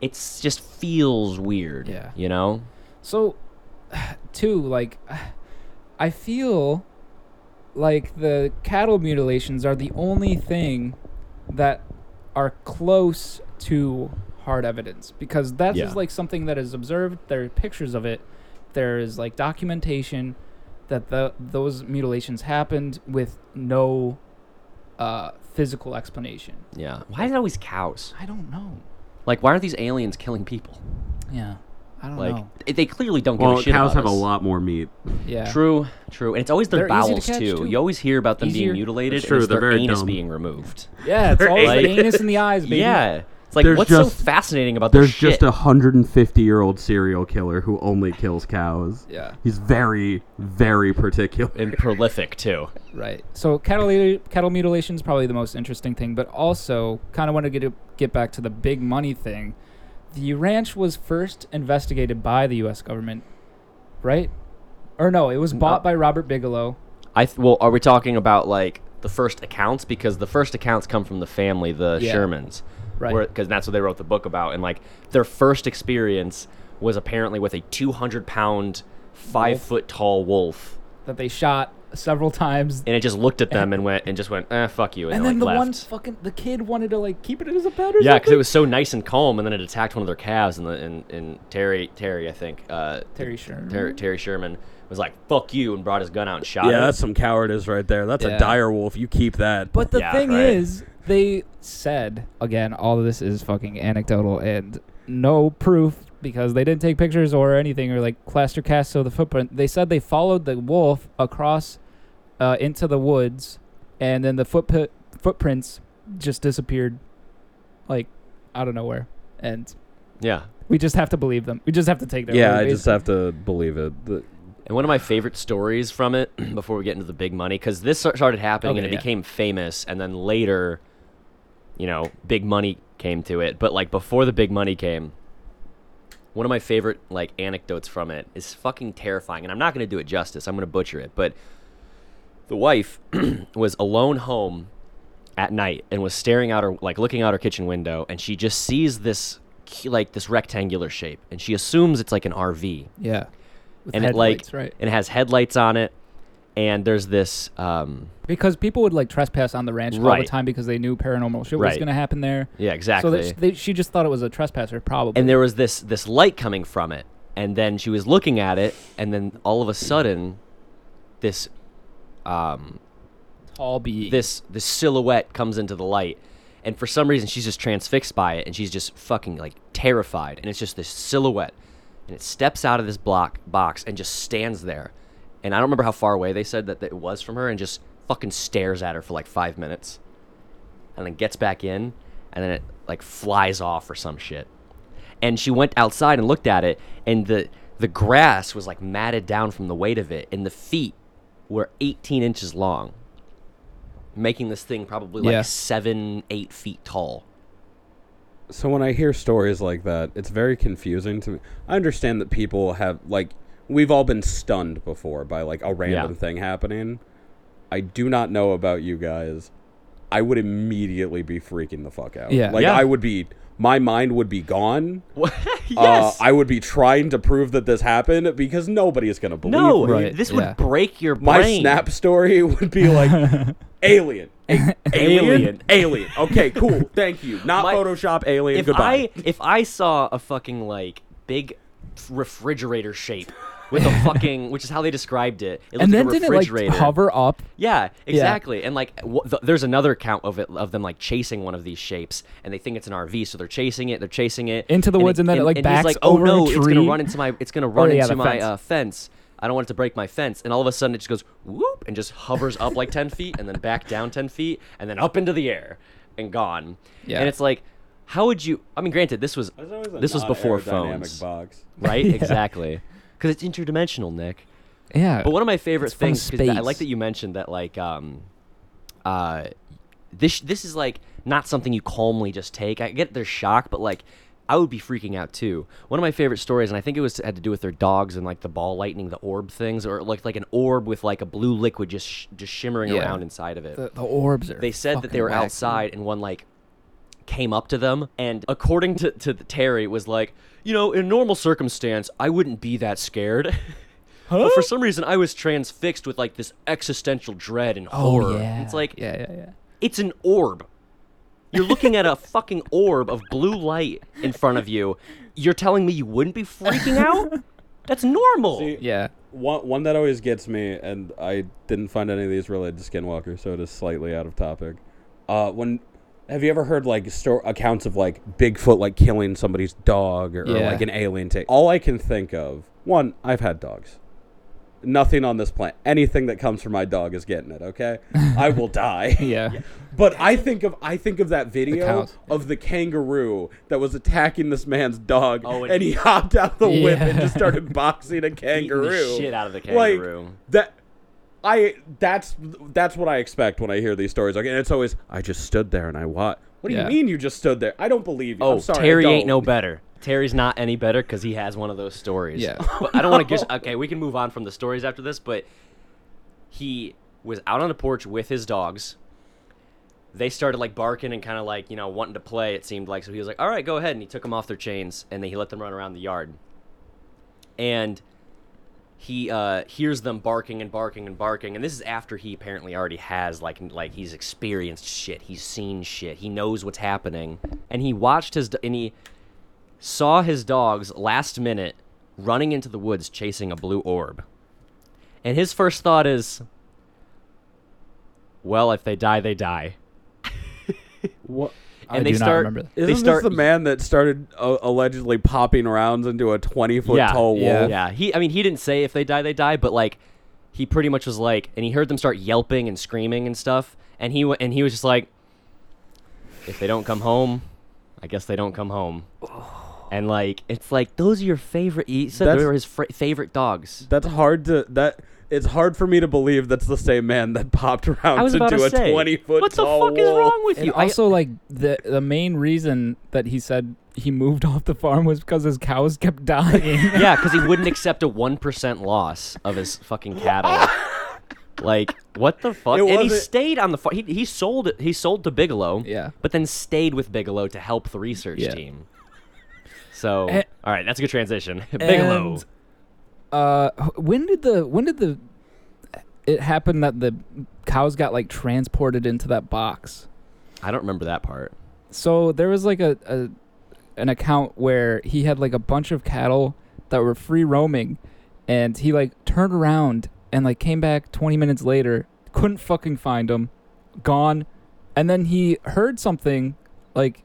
Speaker 2: it's just feels weird.
Speaker 1: Yeah.
Speaker 2: You know.
Speaker 1: So, (sighs) too, like, (sighs) I feel like the cattle mutilations are the only thing that are close to hard evidence because that is
Speaker 2: Yeah.
Speaker 1: like something that is observed. There are pictures of it. There is like documentation that the those mutilations happened with no uh, physical explanation.
Speaker 2: Yeah. Why is it always cows?
Speaker 1: I don't know.
Speaker 2: Like, why aren't these aliens killing people?
Speaker 1: Yeah, I don't
Speaker 2: Like,
Speaker 1: know.
Speaker 2: th- they clearly don't give
Speaker 4: Well,
Speaker 2: a shit.
Speaker 4: cows
Speaker 2: about
Speaker 4: have a
Speaker 2: us.
Speaker 4: lot more meat.
Speaker 1: Yeah,
Speaker 2: True, true, and it's always their
Speaker 1: They're easy to
Speaker 2: bowels
Speaker 1: catch,
Speaker 2: too.
Speaker 1: too.
Speaker 2: You always hear about them
Speaker 1: Easier.
Speaker 2: being mutilated.
Speaker 4: That's true,
Speaker 2: and it's
Speaker 4: they're
Speaker 2: their
Speaker 4: very
Speaker 2: anus
Speaker 4: dumb.
Speaker 2: being removed.
Speaker 1: Yeah, it's
Speaker 2: They're (laughs)
Speaker 1: always the
Speaker 2: alien.
Speaker 1: anus in the eyes, baby.
Speaker 2: Yeah, it's like
Speaker 4: There's
Speaker 2: what's
Speaker 4: just-
Speaker 2: so fascinating about
Speaker 4: There's
Speaker 2: this shit?
Speaker 4: just a 150 year old serial killer who only kills cows.
Speaker 1: Yeah.
Speaker 4: He's very, very particular.
Speaker 2: and prolific too.
Speaker 1: Right. So cattle cattle mutilation is probably the most interesting thing, but also kind of want to get to, get back to the big money thing. The ranch was first investigated by the U.S. government, right? Or no, it was
Speaker 2: uh,
Speaker 1: bought by Robert Bigelow.
Speaker 2: I th- well, are we talking about like the first accounts because the first accounts come from the family, the
Speaker 1: Yeah.
Speaker 2: Shermans,
Speaker 1: Right.
Speaker 2: Because that's what they wrote the book about, and like their first experience was apparently with a 200 pound, five
Speaker 1: Wolf.
Speaker 2: foot tall wolf.
Speaker 1: that they shot several times.
Speaker 2: And it just looked at them and went and just went, eh, fuck you. And,
Speaker 1: And
Speaker 2: it,
Speaker 1: then the
Speaker 2: like,
Speaker 1: one
Speaker 2: left.
Speaker 1: fucking the kid wanted to like keep it as a pet or
Speaker 2: Yeah, because
Speaker 1: something.
Speaker 2: it was so nice and calm, and then it attacked one of their calves, and the, and, and Terry Terry I think uh,
Speaker 1: Terry Sherman.
Speaker 2: Ter- Terry Sherman was like "fuck you" and brought his gun out and shot
Speaker 3: Yeah,
Speaker 2: it.
Speaker 3: that's some cowardice right there. That's
Speaker 1: Yeah.
Speaker 3: a dire wolf. You keep that.
Speaker 1: But the
Speaker 2: Yeah,
Speaker 1: thing
Speaker 2: right.
Speaker 1: is, they said again, all of this is fucking anecdotal and no proof because they didn't take pictures or anything or like plaster casts of the footprint. They said they followed the wolf across uh, into the woods, and then the footprint footprints just disappeared, like out of nowhere. And
Speaker 2: Yeah.
Speaker 1: we just have to believe them. We just have to take their
Speaker 3: yeah,
Speaker 1: word,
Speaker 3: I
Speaker 2: uh,
Speaker 3: just
Speaker 1: basically.
Speaker 3: have to believe it. The-
Speaker 2: And one of my favorite stories from it, (clears throat) before we get into the big money, because this sta- started happening and
Speaker 1: Okay,
Speaker 2: it
Speaker 1: yeah.
Speaker 2: became famous, and then later, you know, big money came to it. But like before the big money came, one of my favorite like anecdotes from it is fucking terrifying, and I'm not gonna do it justice. I'm gonna butcher it, but the wife (clears throat) was alone home at night and was staring out her like looking out her kitchen window, and she just sees this cu- like this rectangular shape, and she assumes it's like an RV
Speaker 1: yeah. With
Speaker 2: and it like
Speaker 1: headlights, right
Speaker 2: and it has headlights on it and there's this um
Speaker 1: because people would like trespass on the ranch all the
Speaker 2: Right.
Speaker 1: time because they knew paranormal shit was
Speaker 2: Right.
Speaker 1: gonna happen there.
Speaker 2: yeah
Speaker 1: So
Speaker 2: exactly
Speaker 1: that sh- they, she just thought it was a trespasser, probably.
Speaker 2: and there was this this light coming from it and then she was looking at it and then all of a sudden this um
Speaker 1: tall being.
Speaker 2: this this silhouette comes into the light and for some reason she's just transfixed by it and she's just fucking like terrified and it's just this silhouette and it steps out of this block box and just stands there and i don't remember how far away they said that that it was from her and just fucking stares at her for like five minutes and then gets back in and then it like flies off or some shit and she went outside and looked at it and the the grass was like matted down from the weight of it and the feet were 18 inches long making this thing probably like
Speaker 1: Yeah.
Speaker 2: seven eight
Speaker 1: (laughs)
Speaker 2: feet tall
Speaker 3: so when I hear stories like that, it's very confusing to me. I understand that people have like we've all been stunned before by like a random
Speaker 2: Yeah.
Speaker 3: thing happening. I do not know about you guys. I would immediately be freaking the fuck out.
Speaker 1: Yeah.
Speaker 3: Like
Speaker 2: Yeah.
Speaker 3: I would be my mind would be gone.
Speaker 2: yes
Speaker 3: Uh, I would be trying to prove that this happened because nobody is going to believe
Speaker 2: no
Speaker 3: me.
Speaker 1: Right,
Speaker 2: this
Speaker 1: yeah.
Speaker 2: would break your
Speaker 3: My
Speaker 2: brain
Speaker 3: snap story (laughs) would be
Speaker 2: (laughs)
Speaker 3: like alien. A- alien.
Speaker 2: Alien.
Speaker 3: alien. Okay, cool. Thank you. Not
Speaker 2: My-
Speaker 3: Photoshop alien.
Speaker 2: if
Speaker 3: Goodbye.
Speaker 2: i if i saw a fucking like big refrigerator shape
Speaker 1: (laughs)
Speaker 2: with a fucking which is how they described it it
Speaker 1: and
Speaker 2: looked like
Speaker 1: then
Speaker 2: a
Speaker 1: did it like
Speaker 2: refrigerator
Speaker 1: hover up?
Speaker 2: Yeah, exactly. And like, w- th- there's another account of it of them like chasing one of these shapes, and they think it's an RV, so they're chasing it. They're chasing it
Speaker 1: Into the
Speaker 2: and
Speaker 1: woods, and then it, like,
Speaker 2: and he's
Speaker 1: backs
Speaker 2: like, oh
Speaker 1: over a
Speaker 2: no, it's gonna
Speaker 1: tree." Oh,
Speaker 2: run into my, it's
Speaker 1: (laughs)
Speaker 2: gonna run
Speaker 1: yeah,
Speaker 2: into
Speaker 1: the
Speaker 2: my
Speaker 1: fence.
Speaker 2: Uh, fence. I don't want it to break my fence. And all of a sudden, it just goes whoop and just hovers up like ten feet, and then back down ten feet, and then up into the air and gone.
Speaker 1: Yeah.
Speaker 2: And it's like, how would you? I mean, granted, this was this was before phones,
Speaker 3: Box.
Speaker 1: (laughs)
Speaker 2: right? Exactly, because it's interdimensional, Nick.
Speaker 1: Yeah.
Speaker 2: But one of my favorite
Speaker 1: from
Speaker 2: things, because I
Speaker 1: space.
Speaker 2: like that you mentioned that, like, um, uh, this this is like not something you calmly just take. I get their shock, but like, I would be freaking out too. One of my favorite stories, and I think it was had to do with their dogs and like the ball lightning, the orb things, or like like an orb with like a blue liquid just sh- just shimmering
Speaker 1: Yeah.
Speaker 2: around inside of it.
Speaker 1: the, the orbs are.
Speaker 2: they said that they
Speaker 1: fucking
Speaker 2: were
Speaker 1: wacky.
Speaker 2: outside, and one like came up to them and according to, to terry was like you know in normal circumstance i wouldn't be that scared (laughs)
Speaker 1: Huh?
Speaker 2: but for some reason, I was transfixed with like this existential dread and horror.
Speaker 1: Oh, yeah.
Speaker 2: It's like
Speaker 1: yeah, yeah, yeah.
Speaker 2: it's an orb. You're
Speaker 1: (laughs)
Speaker 2: looking at a fucking orb of blue light in front of you. You're telling me you wouldn't be freaking
Speaker 1: (laughs)
Speaker 2: out? That's normal.
Speaker 3: See,
Speaker 1: Yeah.
Speaker 3: One, one that always gets me, and I didn't find any of these related to Skinwalker, so it is slightly out of topic. Uh, when have you ever heard like sto- accounts of like Bigfoot like killing somebody's dog or,
Speaker 1: Yeah.
Speaker 3: like an alien take? All I can think of one, I've had dogs. Nothing on this planet, anything that comes from my dog is getting
Speaker 1: (laughs)
Speaker 3: it. Okay, I will die.
Speaker 1: Yeah.
Speaker 3: But I think of I think of that video
Speaker 1: cows.
Speaker 3: of the kangaroo that was attacking this man's dog,
Speaker 2: Oh, and-
Speaker 3: and he hopped out the whip and just
Speaker 1: Yeah. (laughs)
Speaker 3: started boxing a kangaroo.
Speaker 2: shit out of the
Speaker 3: Like,
Speaker 2: kangaroo.
Speaker 3: that. I that's that's what I expect when I hear these stories. Like, and it's always I just stood there and I watched. What do
Speaker 1: Yeah.
Speaker 3: you mean you just stood there? I don't believe you.
Speaker 2: Oh,
Speaker 3: I'm sorry, I
Speaker 2: Terry ain't no
Speaker 3: don't.
Speaker 2: better. Terry's not any better because he has one of those stories.
Speaker 1: Yeah.
Speaker 2: (laughs) But I don't want to just. Okay, we can move on from the stories after this, but he was out on the porch with his dogs. They started like barking and kind of like, you know, wanting to play, it seemed like. So he was like, all right, go ahead. And he took them off their chains and then he let them run around the yard. and he uh, hears them barking and barking and barking, and this is after he apparently already has like like he's experienced shit, he's seen shit, he knows what's happening, and he watched his d- and he saw his dogs last minute running into the woods chasing a blue orb, and his first thought is, "Well, if they die, they die."
Speaker 1: What? I
Speaker 2: And they
Speaker 1: do not
Speaker 2: start-
Speaker 1: remember. that.
Speaker 2: They
Speaker 3: Isn't
Speaker 2: start-
Speaker 3: this the man that started uh, allegedly popping rounds into a twenty foot
Speaker 2: yeah,
Speaker 3: tall wolf?
Speaker 1: yeah.
Speaker 2: Yeah, he. I mean, he didn't say if they die, they die, but like, he pretty much was like, and he heard them start yelping and screaming and stuff, and he wa- and he was just like, if they don't come home, I guess they don't come home. And like, it's like those are your favorite. He said
Speaker 3: That's-
Speaker 2: they were his fr- favorite dogs.
Speaker 3: That's hard to that. It's hard for me to believe that's the same man that popped
Speaker 2: I was
Speaker 3: rounds
Speaker 2: about
Speaker 3: into
Speaker 2: to
Speaker 3: a
Speaker 2: say,
Speaker 3: twenty foot
Speaker 2: what the
Speaker 3: tall
Speaker 2: fuck is
Speaker 3: wolf.
Speaker 2: wrong with
Speaker 1: And
Speaker 2: you? I-
Speaker 1: also, like the the main reason that he said he moved (laughs) off the farm was because his cows kept
Speaker 2: (laughs)
Speaker 1: dying.
Speaker 2: yeah, because he wouldn't accept a one percent loss of his fucking (laughs) cattle. like what the fuck?
Speaker 3: It
Speaker 2: and he
Speaker 3: wasn't-
Speaker 2: stayed on the farm. He, he sold it. He sold to Bigelow.
Speaker 1: Yeah.
Speaker 2: But then stayed with Bigelow to help the research
Speaker 1: Yeah.
Speaker 2: team. So
Speaker 1: Eh.
Speaker 2: all right, that's a good transition. (laughs) Bigelow.
Speaker 1: And, uh, when did the when did the it happen that the cows got like transported into that box?
Speaker 2: I don't remember that part.
Speaker 1: So there was like a, a an account where he had like a bunch of cattle that were free roaming, and he like turned around and like came back 20 minutes later, couldn't fucking find them, gone, and then he heard something like,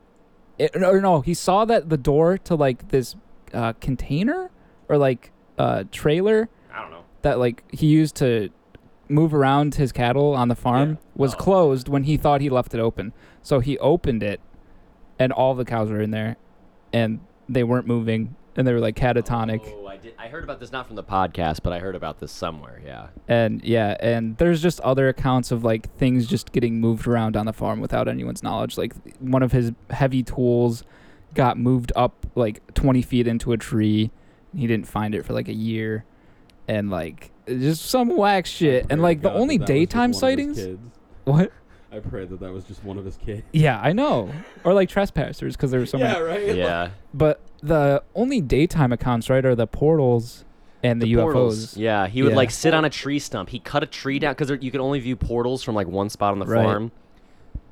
Speaker 1: it, or no, he saw that the door to like this uh, container or like uh, trailer
Speaker 2: I don't know.
Speaker 1: that like he used to move around his cattle on the farm was
Speaker 2: Oh.
Speaker 1: closed when he thought he left it open. So he opened it and all the cows were in there and they weren't moving and they were like catatonic
Speaker 2: Oh, I did. I heard about this not from the podcast, but I heard about this somewhere. Yeah.
Speaker 1: and yeah and there's just other accounts of like things just getting moved around on the farm without anyone's knowledge like one of his heavy tools got moved up like 20 feet into a tree he didn't find it for like a year and like just some whack shit
Speaker 3: Oh
Speaker 1: and like the only daytime sightings what
Speaker 4: I pray that that was just one of his
Speaker 3: (laughs)
Speaker 4: kids.
Speaker 1: Yeah, I know. or like trespassers because there were so many.
Speaker 4: right.
Speaker 2: Yeah.
Speaker 1: But the only daytime accounts, right, are the portals and the, UFOs.
Speaker 2: portals. Yeah, he would
Speaker 1: Yeah.
Speaker 2: like sit on a tree stump. He cut a tree down because you could only view portals from like one spot on the
Speaker 1: Right.
Speaker 2: farm.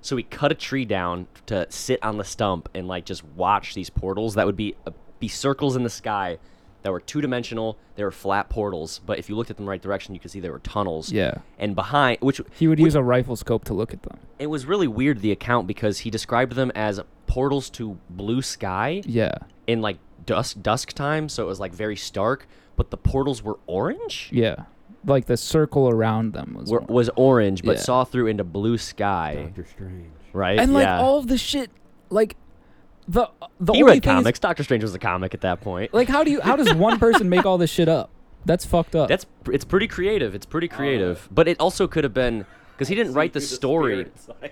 Speaker 2: So he cut a tree down to sit on the stump and like just watch these portals. That would be uh, be circles in the sky that were two dimensional. They were flat portals, but if you looked at them the right direction, you could see there were tunnels.
Speaker 1: Yeah.
Speaker 2: And behind, which
Speaker 1: He would use a rifle scope to look at them.
Speaker 2: it was really weird the account because he described them as portals to blue sky
Speaker 1: Yeah.
Speaker 2: in like dusk dusk time, so it was like very stark. But the portals were orange.
Speaker 1: Yeah. Like the circle around them was.
Speaker 2: were,
Speaker 1: more-
Speaker 2: was orange, but
Speaker 1: Yeah.
Speaker 2: saw through into blue sky.
Speaker 4: Doctor Strange.
Speaker 2: Right?
Speaker 1: and like
Speaker 2: yeah.
Speaker 1: all of the shit, like the the
Speaker 2: he
Speaker 1: only
Speaker 2: read
Speaker 1: thing is-
Speaker 2: comics. Doctor Strange was a comic at that point.
Speaker 1: like, how do you? How does one person make all this shit up? That's fucked up.
Speaker 2: That's pr- it's pretty creative. It's pretty creative, but it also could have been because he didn't write the story.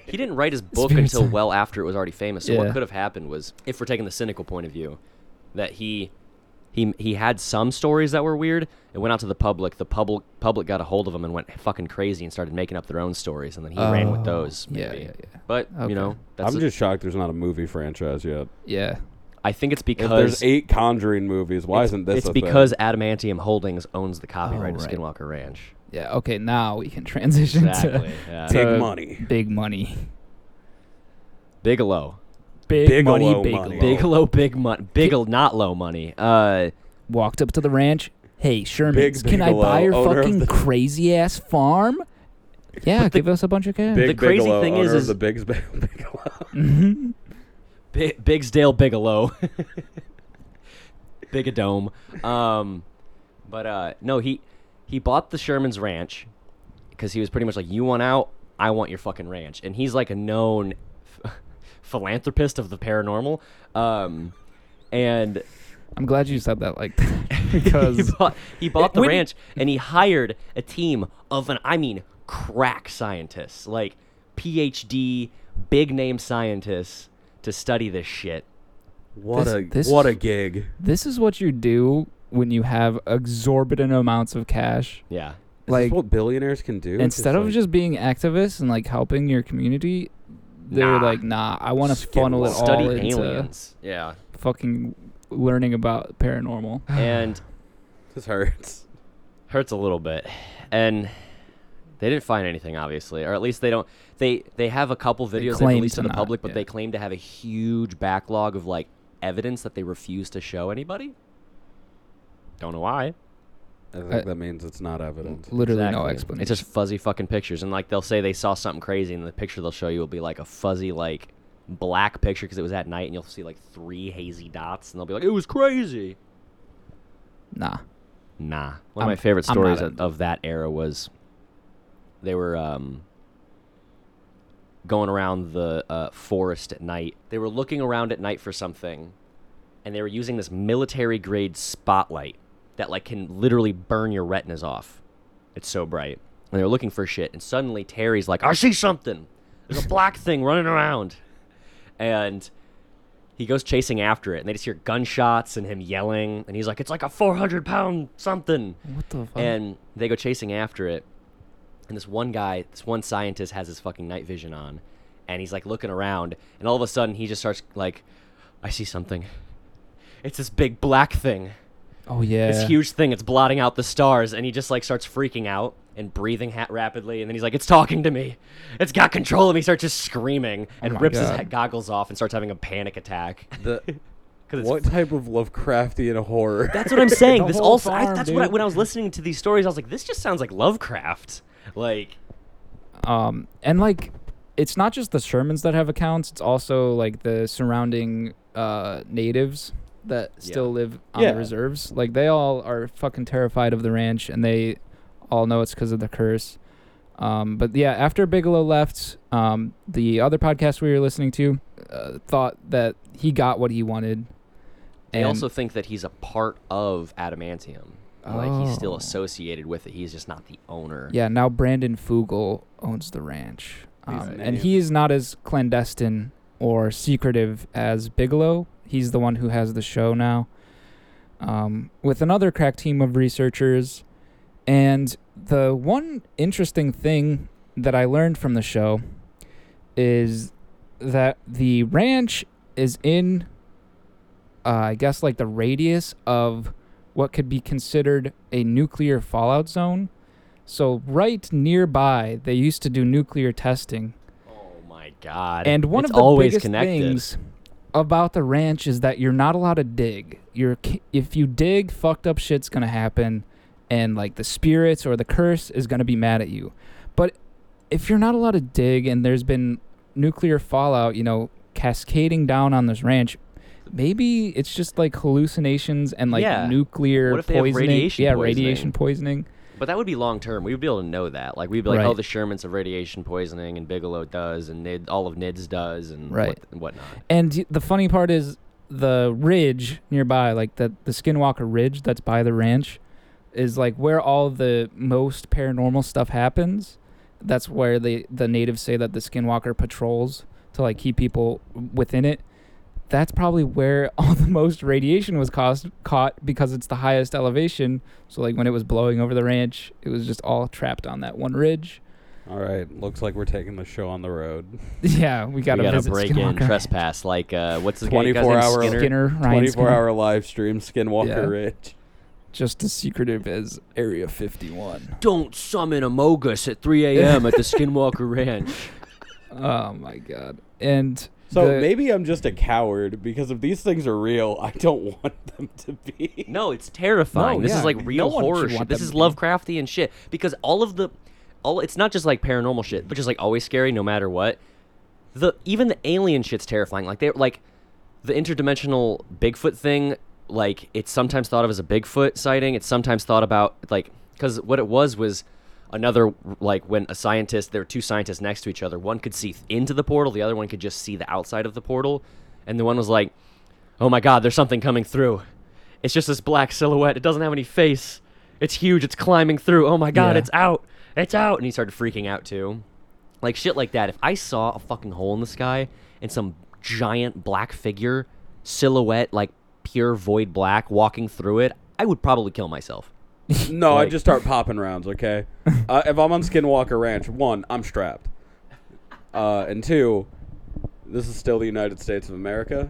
Speaker 2: He didn't write his book
Speaker 1: Spirit
Speaker 2: until
Speaker 1: side.
Speaker 2: well after it was already famous. So what
Speaker 1: Yeah.
Speaker 2: could have happened was, if we're taking the cynical point of view, that he he he had some stories that were weird. It went out to the public. The public public got a hold of him and went fucking crazy and started making up their own stories, and then he ran with
Speaker 1: Oh,
Speaker 2: those.
Speaker 1: yeah,
Speaker 2: maybe.
Speaker 1: yeah, yeah.
Speaker 2: But
Speaker 1: Okay.
Speaker 2: you know, that's
Speaker 3: I'm
Speaker 2: a-
Speaker 3: just shocked there's not a movie franchise yet.
Speaker 1: yeah.
Speaker 2: I think it's
Speaker 3: If
Speaker 2: because
Speaker 3: there's eight Conjuring movies, why
Speaker 2: it's,
Speaker 3: isn't this?
Speaker 2: It's
Speaker 3: a thing?
Speaker 2: because Adamantium Holdings owns the copyright
Speaker 1: Oh,
Speaker 2: of
Speaker 1: right. (laughs)
Speaker 2: Skinwalker Ranch.
Speaker 1: Yeah. Okay. Now we can transition
Speaker 2: Exactly.
Speaker 1: (laughs) to
Speaker 2: yeah.
Speaker 3: Big
Speaker 1: to
Speaker 3: money.
Speaker 1: Big money.
Speaker 3: Oh.
Speaker 2: Bigelow.
Speaker 1: Big money.
Speaker 3: Bigelow
Speaker 1: Big
Speaker 3: money.
Speaker 1: low.
Speaker 2: Bigelow, big money. Big, not low money. Uh,
Speaker 1: walked up to the ranch. Hey, Sherman's,
Speaker 3: Big
Speaker 1: can I buy your
Speaker 3: Bigelow, owner of
Speaker 1: fucking
Speaker 3: the-
Speaker 1: crazy ass farm? Yeah, give us a bunch of cash.
Speaker 3: Big
Speaker 2: The crazy
Speaker 3: Bigelow,
Speaker 2: thing
Speaker 3: owner
Speaker 2: is-
Speaker 3: of
Speaker 2: is-
Speaker 3: the Bigs (laughs) Bigelow.
Speaker 2: Bi- Bigsdale Bigelow. (laughs) Bigadome. Um, but uh, no, he he bought the Sherman's Ranch because he was pretty much like, "You want out? I want your fucking ranch." And he's like a known (laughs) ph- philanthropist of the paranormal. Um, and
Speaker 1: I'm glad you said that like
Speaker 2: (laughs)
Speaker 1: that
Speaker 2: he
Speaker 1: because
Speaker 2: bought, he bought the
Speaker 1: When-
Speaker 2: ranch and he hired a team of an I mean crack scientists, like PhD, big name scientists to study this shit.
Speaker 3: What
Speaker 1: This-
Speaker 3: a
Speaker 1: this
Speaker 3: what
Speaker 1: is-
Speaker 3: a gig.
Speaker 1: this is what you do when you have exorbitant amounts of cash.
Speaker 2: Yeah.
Speaker 3: Like
Speaker 1: Like
Speaker 3: what billionaires can do.
Speaker 1: instead of
Speaker 3: like-
Speaker 1: just being activists and like helping your community, they're
Speaker 2: Nah.
Speaker 1: like, nah, I want to funnel it all
Speaker 2: Study
Speaker 1: into
Speaker 2: aliens. Yeah.
Speaker 1: fucking learning about paranormal.
Speaker 2: (sighs) And
Speaker 3: This hurts.
Speaker 2: hurts a little bit and they didn't find anything obviously or at least they don't they they have a couple videos they
Speaker 1: claim
Speaker 2: released
Speaker 1: to
Speaker 2: to the
Speaker 1: not,
Speaker 2: public but
Speaker 1: yeah.
Speaker 2: they claim to have a huge backlog of like evidence that they refuse to show anybody don't know why
Speaker 3: I think
Speaker 1: Uh,
Speaker 3: that means it's not evidence.
Speaker 1: Literally no
Speaker 2: Exactly.
Speaker 1: explanation.
Speaker 2: it's just fuzzy fucking pictures and like they'll say they saw something crazy and the picture they'll show you will be like a fuzzy like black picture because it was at night and you'll see like three hazy dots and they'll be like it was crazy
Speaker 1: nah.
Speaker 2: Nah.
Speaker 1: I'm-
Speaker 2: One of my favorite
Speaker 1: I'm
Speaker 2: stories
Speaker 1: not
Speaker 2: of, of that era was they were um, going around the uh, forest at night. They were looking around at night for something, and they were using this military grade spotlight that like can literally burn your retinas off. It's so bright. And they were looking for shit, and suddenly Terry's like, "I see something. There's a black thing running around," and he goes chasing after it, and they just hear gunshots and him yelling, and he's like, "It's like a 400 pound something,"
Speaker 1: What the fuck?
Speaker 2: and they go chasing after it. And this one guy, this one scientist, has his fucking night vision on, and he's like looking around, and all of a sudden he just starts like, "I see something. It's this big black thing,
Speaker 1: oh yeah.
Speaker 2: this huge thing. It's blotting out the stars," and he just like starts freaking out. And breathing hat rapidly, and then he's like, "It's talking to me. It's got control of me." He starts just screaming and
Speaker 1: Oh my
Speaker 2: rips his
Speaker 1: God.
Speaker 2: his goggles off and starts having a
Speaker 1: (laughs)
Speaker 2: panic attack.
Speaker 3: The,
Speaker 2: 'Cause it's
Speaker 3: what type of Lovecraftian horror?
Speaker 2: (laughs) That's
Speaker 3: (laughs)
Speaker 2: what I'm
Speaker 1: (laughs)
Speaker 2: saying.
Speaker 1: The
Speaker 2: this
Speaker 1: whole
Speaker 2: also, I,
Speaker 1: farm,
Speaker 2: that's what I,
Speaker 1: dude.
Speaker 2: when I was listening to these stories, I was like, this just sounds like Lovecraft. Like,
Speaker 1: um and like it's not just the shermans that have accounts it's also like the surrounding uh natives that still
Speaker 2: Yeah.
Speaker 1: live on
Speaker 3: Yeah.
Speaker 1: the reserves like they all are fucking terrified of the ranch and they all know it's because of the curse um but yeah after bigelow left um the other podcast we were listening to uh, thought that he got what he wanted
Speaker 2: they
Speaker 1: and
Speaker 2: also think that he's a part of Adamantium. Like, he's still
Speaker 1: Oh.
Speaker 2: associated with it. He's just not the owner.
Speaker 1: Yeah, now Brandon Fugel owns the ranch.
Speaker 3: These
Speaker 1: Um, and
Speaker 3: names.
Speaker 1: he is not as clandestine or secretive as Bigelow. He's the one who has the show now um, with another crack team of researchers. And the one interesting thing that I learned from the show is that the ranch is in, uh, I guess, like the radius of what could be considered a nuclear fallout zone. So, right nearby, they used to do nuclear testing.
Speaker 2: Oh my God.
Speaker 1: And one
Speaker 2: it's
Speaker 1: of the
Speaker 2: always
Speaker 1: biggest
Speaker 2: connected.
Speaker 1: things about the ranch is that you're not allowed to dig. You're c- if you dig, fucked up shit's gonna happen, and like the spirits or the curse is gonna be mad at you. But if you're not allowed to dig, and there's been nuclear fallout, you know, cascading down on this ranch. Maybe it's just like hallucinations and like
Speaker 2: Yeah.
Speaker 1: nuclear
Speaker 2: What if they have
Speaker 1: poisoning.
Speaker 2: radiation
Speaker 1: yeah,
Speaker 2: poisoning?
Speaker 1: radiation poisoning.
Speaker 2: But that would be long term. We would be able to know that. Like, we'd be like,
Speaker 1: Right.
Speaker 2: oh, the Shermans have radiation poisoning, and Bigelow does, and Nid, all of Nid's does, and, what-
Speaker 1: Right.
Speaker 2: and whatnot.
Speaker 1: And y- the funny part is the ridge nearby, like the the Skinwalker Ridge that's by the ranch, is like where all the most paranormal stuff happens. That's where the the natives say that the Skinwalker patrols to like keep people within it. That's probably where (laughs) all the most radiation was caused, caught because it's the highest elevation. So like when it was blowing over the ranch, it was just all trapped on that one ridge. (laughs)
Speaker 3: All right, looks like we're taking the show on the road.
Speaker 1: yeah, we got
Speaker 2: we
Speaker 1: to
Speaker 2: gotta
Speaker 1: visit
Speaker 2: break in,
Speaker 1: Skinwalker.
Speaker 2: trespass. Like, uh, what's the guy- guy's
Speaker 3: 24
Speaker 2: name?
Speaker 3: hour-
Speaker 2: Skinner?
Speaker 1: Skinner, Ryan
Speaker 3: Twenty-four
Speaker 1: Skinner.
Speaker 3: hour live stream, Skinwalker
Speaker 1: Yeah.
Speaker 3: Ridge.
Speaker 1: just as secretive as Area 51.
Speaker 3: Uh,
Speaker 2: Don't summon a Mogus at 3 a.m. at the Skinwalker Ranch.
Speaker 1: (laughs) Oh my god. And
Speaker 3: So
Speaker 1: the-
Speaker 3: maybe I'm just a coward because if these things are real, I don't (laughs) want them to be.
Speaker 2: (laughs) No, it's terrifying.
Speaker 1: No,
Speaker 2: this
Speaker 1: yeah,
Speaker 2: is like
Speaker 1: no
Speaker 2: real
Speaker 1: one
Speaker 2: horror
Speaker 1: should
Speaker 2: shit.
Speaker 1: want
Speaker 2: This
Speaker 1: them
Speaker 2: is
Speaker 1: to be.
Speaker 2: Lovecraftian shit because all of the all it's not just like paranormal shit, which is like always scary no matter what. The even the alien shit's terrifying. Like they like the interdimensional Bigfoot thing, like it's sometimes thought of as a Bigfoot sighting. It's sometimes thought about like cuz what it was was another like when a scientist there were two scientists next to each other one could see into the portal the other one could just see the outside of the portal and the one was like Oh my god, there's something coming through. It's just this black silhouette. It doesn't have any face. It's huge. It's climbing through. Oh my god,
Speaker 1: Yeah.
Speaker 2: it's out. It's out. And he started freaking out too. Like shit like that. If I saw a fucking hole in the sky and some giant black figure, silhouette, like pure void black, walking through it, I would probably kill myself.
Speaker 3: No, I
Speaker 2: Like-
Speaker 3: just start popping rounds. Okay, uh, if I'm on Skinwalker Ranch, one, I'm strapped, uh, and two, this is still the United States of America.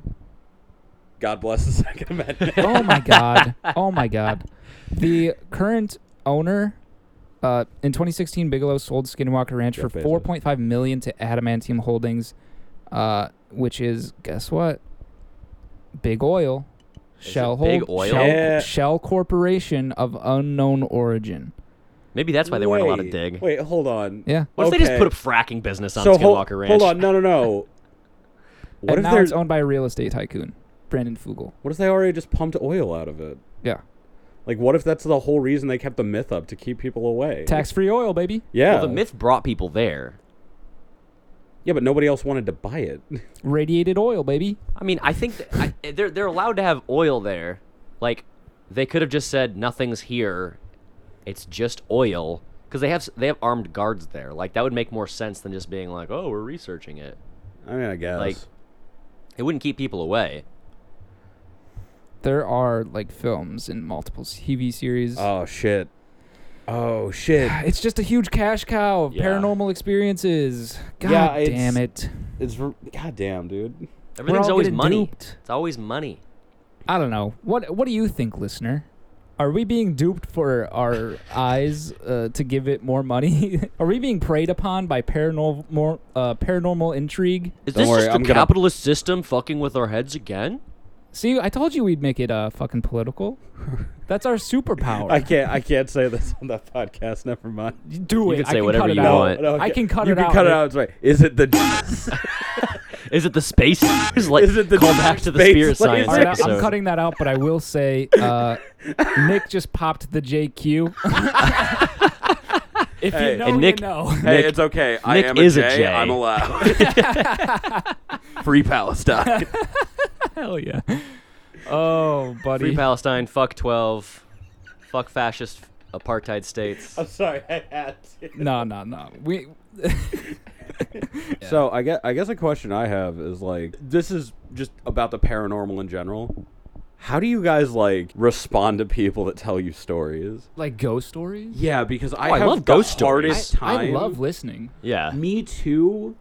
Speaker 3: God bless the Second Amendment.
Speaker 1: (laughs) oh my god. Oh my god. The current owner uh, in 2016, Bigelow sold Skinwalker Ranch
Speaker 3: Jeff
Speaker 1: for
Speaker 3: Bezos.
Speaker 1: 4.5 million to Adamantium Holdings, uh, which is guess what? Big oil,
Speaker 2: Is it
Speaker 1: Shell
Speaker 2: Big
Speaker 1: hold-
Speaker 2: Oil?
Speaker 1: Shell,
Speaker 3: Yeah.
Speaker 1: Shell Corporation of unknown origin.
Speaker 2: Maybe that's why they weren't allowed to
Speaker 3: Wait,
Speaker 2: dig.
Speaker 3: Wait, hold on.
Speaker 1: Yeah.
Speaker 2: What if they just
Speaker 3: okay.
Speaker 2: put a fracking business on
Speaker 3: so hol-
Speaker 2: Skinwalker Ranch?
Speaker 3: hold on, no,
Speaker 2: (laughs)
Speaker 3: no, no.
Speaker 1: and
Speaker 3: What if
Speaker 1: now
Speaker 3: there's
Speaker 1: it's owned by a real estate tycoon, Brandon Fugel.
Speaker 3: what if they already just pumped oil out of it?
Speaker 1: Yeah.
Speaker 3: Like, what if that's the whole reason they kept the myth up to keep people away?
Speaker 1: Tax-free oil, baby.
Speaker 3: Yeah.
Speaker 2: Well, the myth brought people there.
Speaker 3: Yeah, but nobody else wanted to buy it. (laughs)
Speaker 1: Radiated oil, baby.
Speaker 2: I mean, I think that I, eh, they're they're allowed to have oil there. Like, they could have just said nothing's here. It's just oil because they have s- they have armed guards there. Like that would make more sense than just being like, oh, we're researching it.
Speaker 3: I mean, I guess.
Speaker 2: Like- It wouldn't keep people away.
Speaker 1: There are like films and multiple TV series.
Speaker 2: Uh,
Speaker 3: oh shit. Oh shit.
Speaker 1: (sighs) It's just a huge cash cow of
Speaker 2: Yeah.
Speaker 1: paranormal experiences. God
Speaker 3: Yeah, it's-
Speaker 1: damn it.
Speaker 3: It's r-
Speaker 1: (laughs)
Speaker 3: goddamn, dude.
Speaker 1: We're
Speaker 2: Everything's
Speaker 1: all
Speaker 2: always
Speaker 1: getting
Speaker 2: money.
Speaker 1: duped.
Speaker 2: It's always money.
Speaker 1: I don't know. What what do you think, listener? Are we being duped for
Speaker 2: (laughs)
Speaker 1: our eyes uh, to give it more money? (laughs) Are we being preyed upon by paranormal more, uh, paranormal intrigue?
Speaker 2: Is
Speaker 3: Don't
Speaker 2: this
Speaker 3: worry,
Speaker 2: just the
Speaker 3: I'm gonna-
Speaker 2: capitalist system fucking with our heads again?
Speaker 1: See, I told you we'd make it uh, fucking political. (laughs) That's
Speaker 2: (laughs)
Speaker 1: our superpower.
Speaker 3: I can't. I can't say this on that podcast. Never mind.
Speaker 1: do
Speaker 2: You
Speaker 1: it.
Speaker 2: can
Speaker 1: I
Speaker 2: say whatever
Speaker 1: cut it
Speaker 2: you
Speaker 1: out.
Speaker 2: want.
Speaker 1: I can cut
Speaker 3: you
Speaker 1: it
Speaker 3: can
Speaker 1: out.
Speaker 3: cut it out. It's right. Is
Speaker 2: (laughs)
Speaker 3: it the?
Speaker 2: Is it the space? (laughs) is like
Speaker 3: Is it the
Speaker 2: call back to the
Speaker 3: space
Speaker 2: spirit
Speaker 3: laser?
Speaker 2: science
Speaker 1: All right,
Speaker 2: episode?
Speaker 1: I'm cutting that out, but I will say uh, Nick just popped the (laughs) JQ. if
Speaker 3: Hey.
Speaker 1: you know,
Speaker 2: And Nick-
Speaker 1: you know. (laughs)
Speaker 3: hey, it's okay. I
Speaker 2: Nick
Speaker 3: am a
Speaker 2: is a
Speaker 3: J.
Speaker 2: J. (laughs)
Speaker 3: I'm allowed. (laughs) Free Palestine.
Speaker 1: Hell yeah. Oh, buddy.
Speaker 2: Free Palestine. Fuck twelve. Fuck fascist apartheid states.
Speaker 3: I'm sorry. I had to.
Speaker 1: no, no, no. We
Speaker 3: So I guess I guess a question I have is like this is just about the paranormal in general. How do you guys like respond to people that tell you stories?
Speaker 1: like ghost stories.
Speaker 3: Yeah, because I,
Speaker 2: Oh, I
Speaker 3: have
Speaker 2: love
Speaker 3: the
Speaker 2: ghost stories.
Speaker 3: hardest
Speaker 1: I
Speaker 3: time-
Speaker 1: love listening.
Speaker 2: Yeah.
Speaker 3: Me too.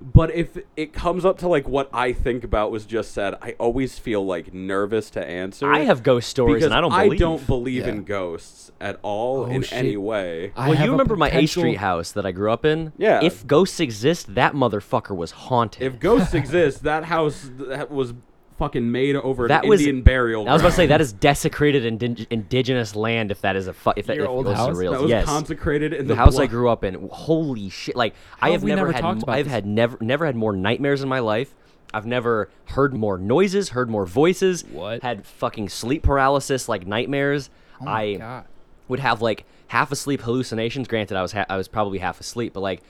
Speaker 3: But if it comes up to like what I think about was just said, I always feel like nervous to answer.
Speaker 2: I have ghost stories
Speaker 3: because
Speaker 2: and I don't believe.
Speaker 3: believe
Speaker 1: Yeah.
Speaker 3: in ghosts at all
Speaker 1: Oh,
Speaker 3: in
Speaker 1: shit.
Speaker 3: any way.
Speaker 1: I
Speaker 2: Well,
Speaker 1: have
Speaker 2: you
Speaker 1: a
Speaker 2: remember my A
Speaker 1: potential- Oh
Speaker 2: Street house that I grew up in?
Speaker 3: Yeah.
Speaker 2: If ghosts exist, that motherfucker was haunted.
Speaker 3: If ghosts exist, that house that was fucking made over an
Speaker 2: that was
Speaker 3: Indian burial.
Speaker 2: I was about to
Speaker 3: ground.
Speaker 2: say that is desecrated indi- indigenous land. If that is a fu- if that
Speaker 1: Your
Speaker 2: if
Speaker 1: old
Speaker 2: those are
Speaker 1: house?
Speaker 2: real.
Speaker 3: that was
Speaker 2: yes.
Speaker 3: consecrated in
Speaker 2: the
Speaker 3: the,
Speaker 2: house I
Speaker 3: blood.
Speaker 2: grew up in. Holy shit! Like
Speaker 1: How
Speaker 2: I have
Speaker 1: have we
Speaker 2: never,
Speaker 1: never
Speaker 2: had.
Speaker 1: talked
Speaker 2: m-
Speaker 1: about
Speaker 2: I've
Speaker 1: this?
Speaker 2: had never never had more nightmares in my life. I've never heard more noises, heard more voices.
Speaker 1: What?
Speaker 2: Had fucking sleep paralysis, like nightmares.
Speaker 1: Oh my
Speaker 2: I
Speaker 1: God.
Speaker 2: would have like half asleep hallucinations. Granted, I was ha- I was probably half asleep, but like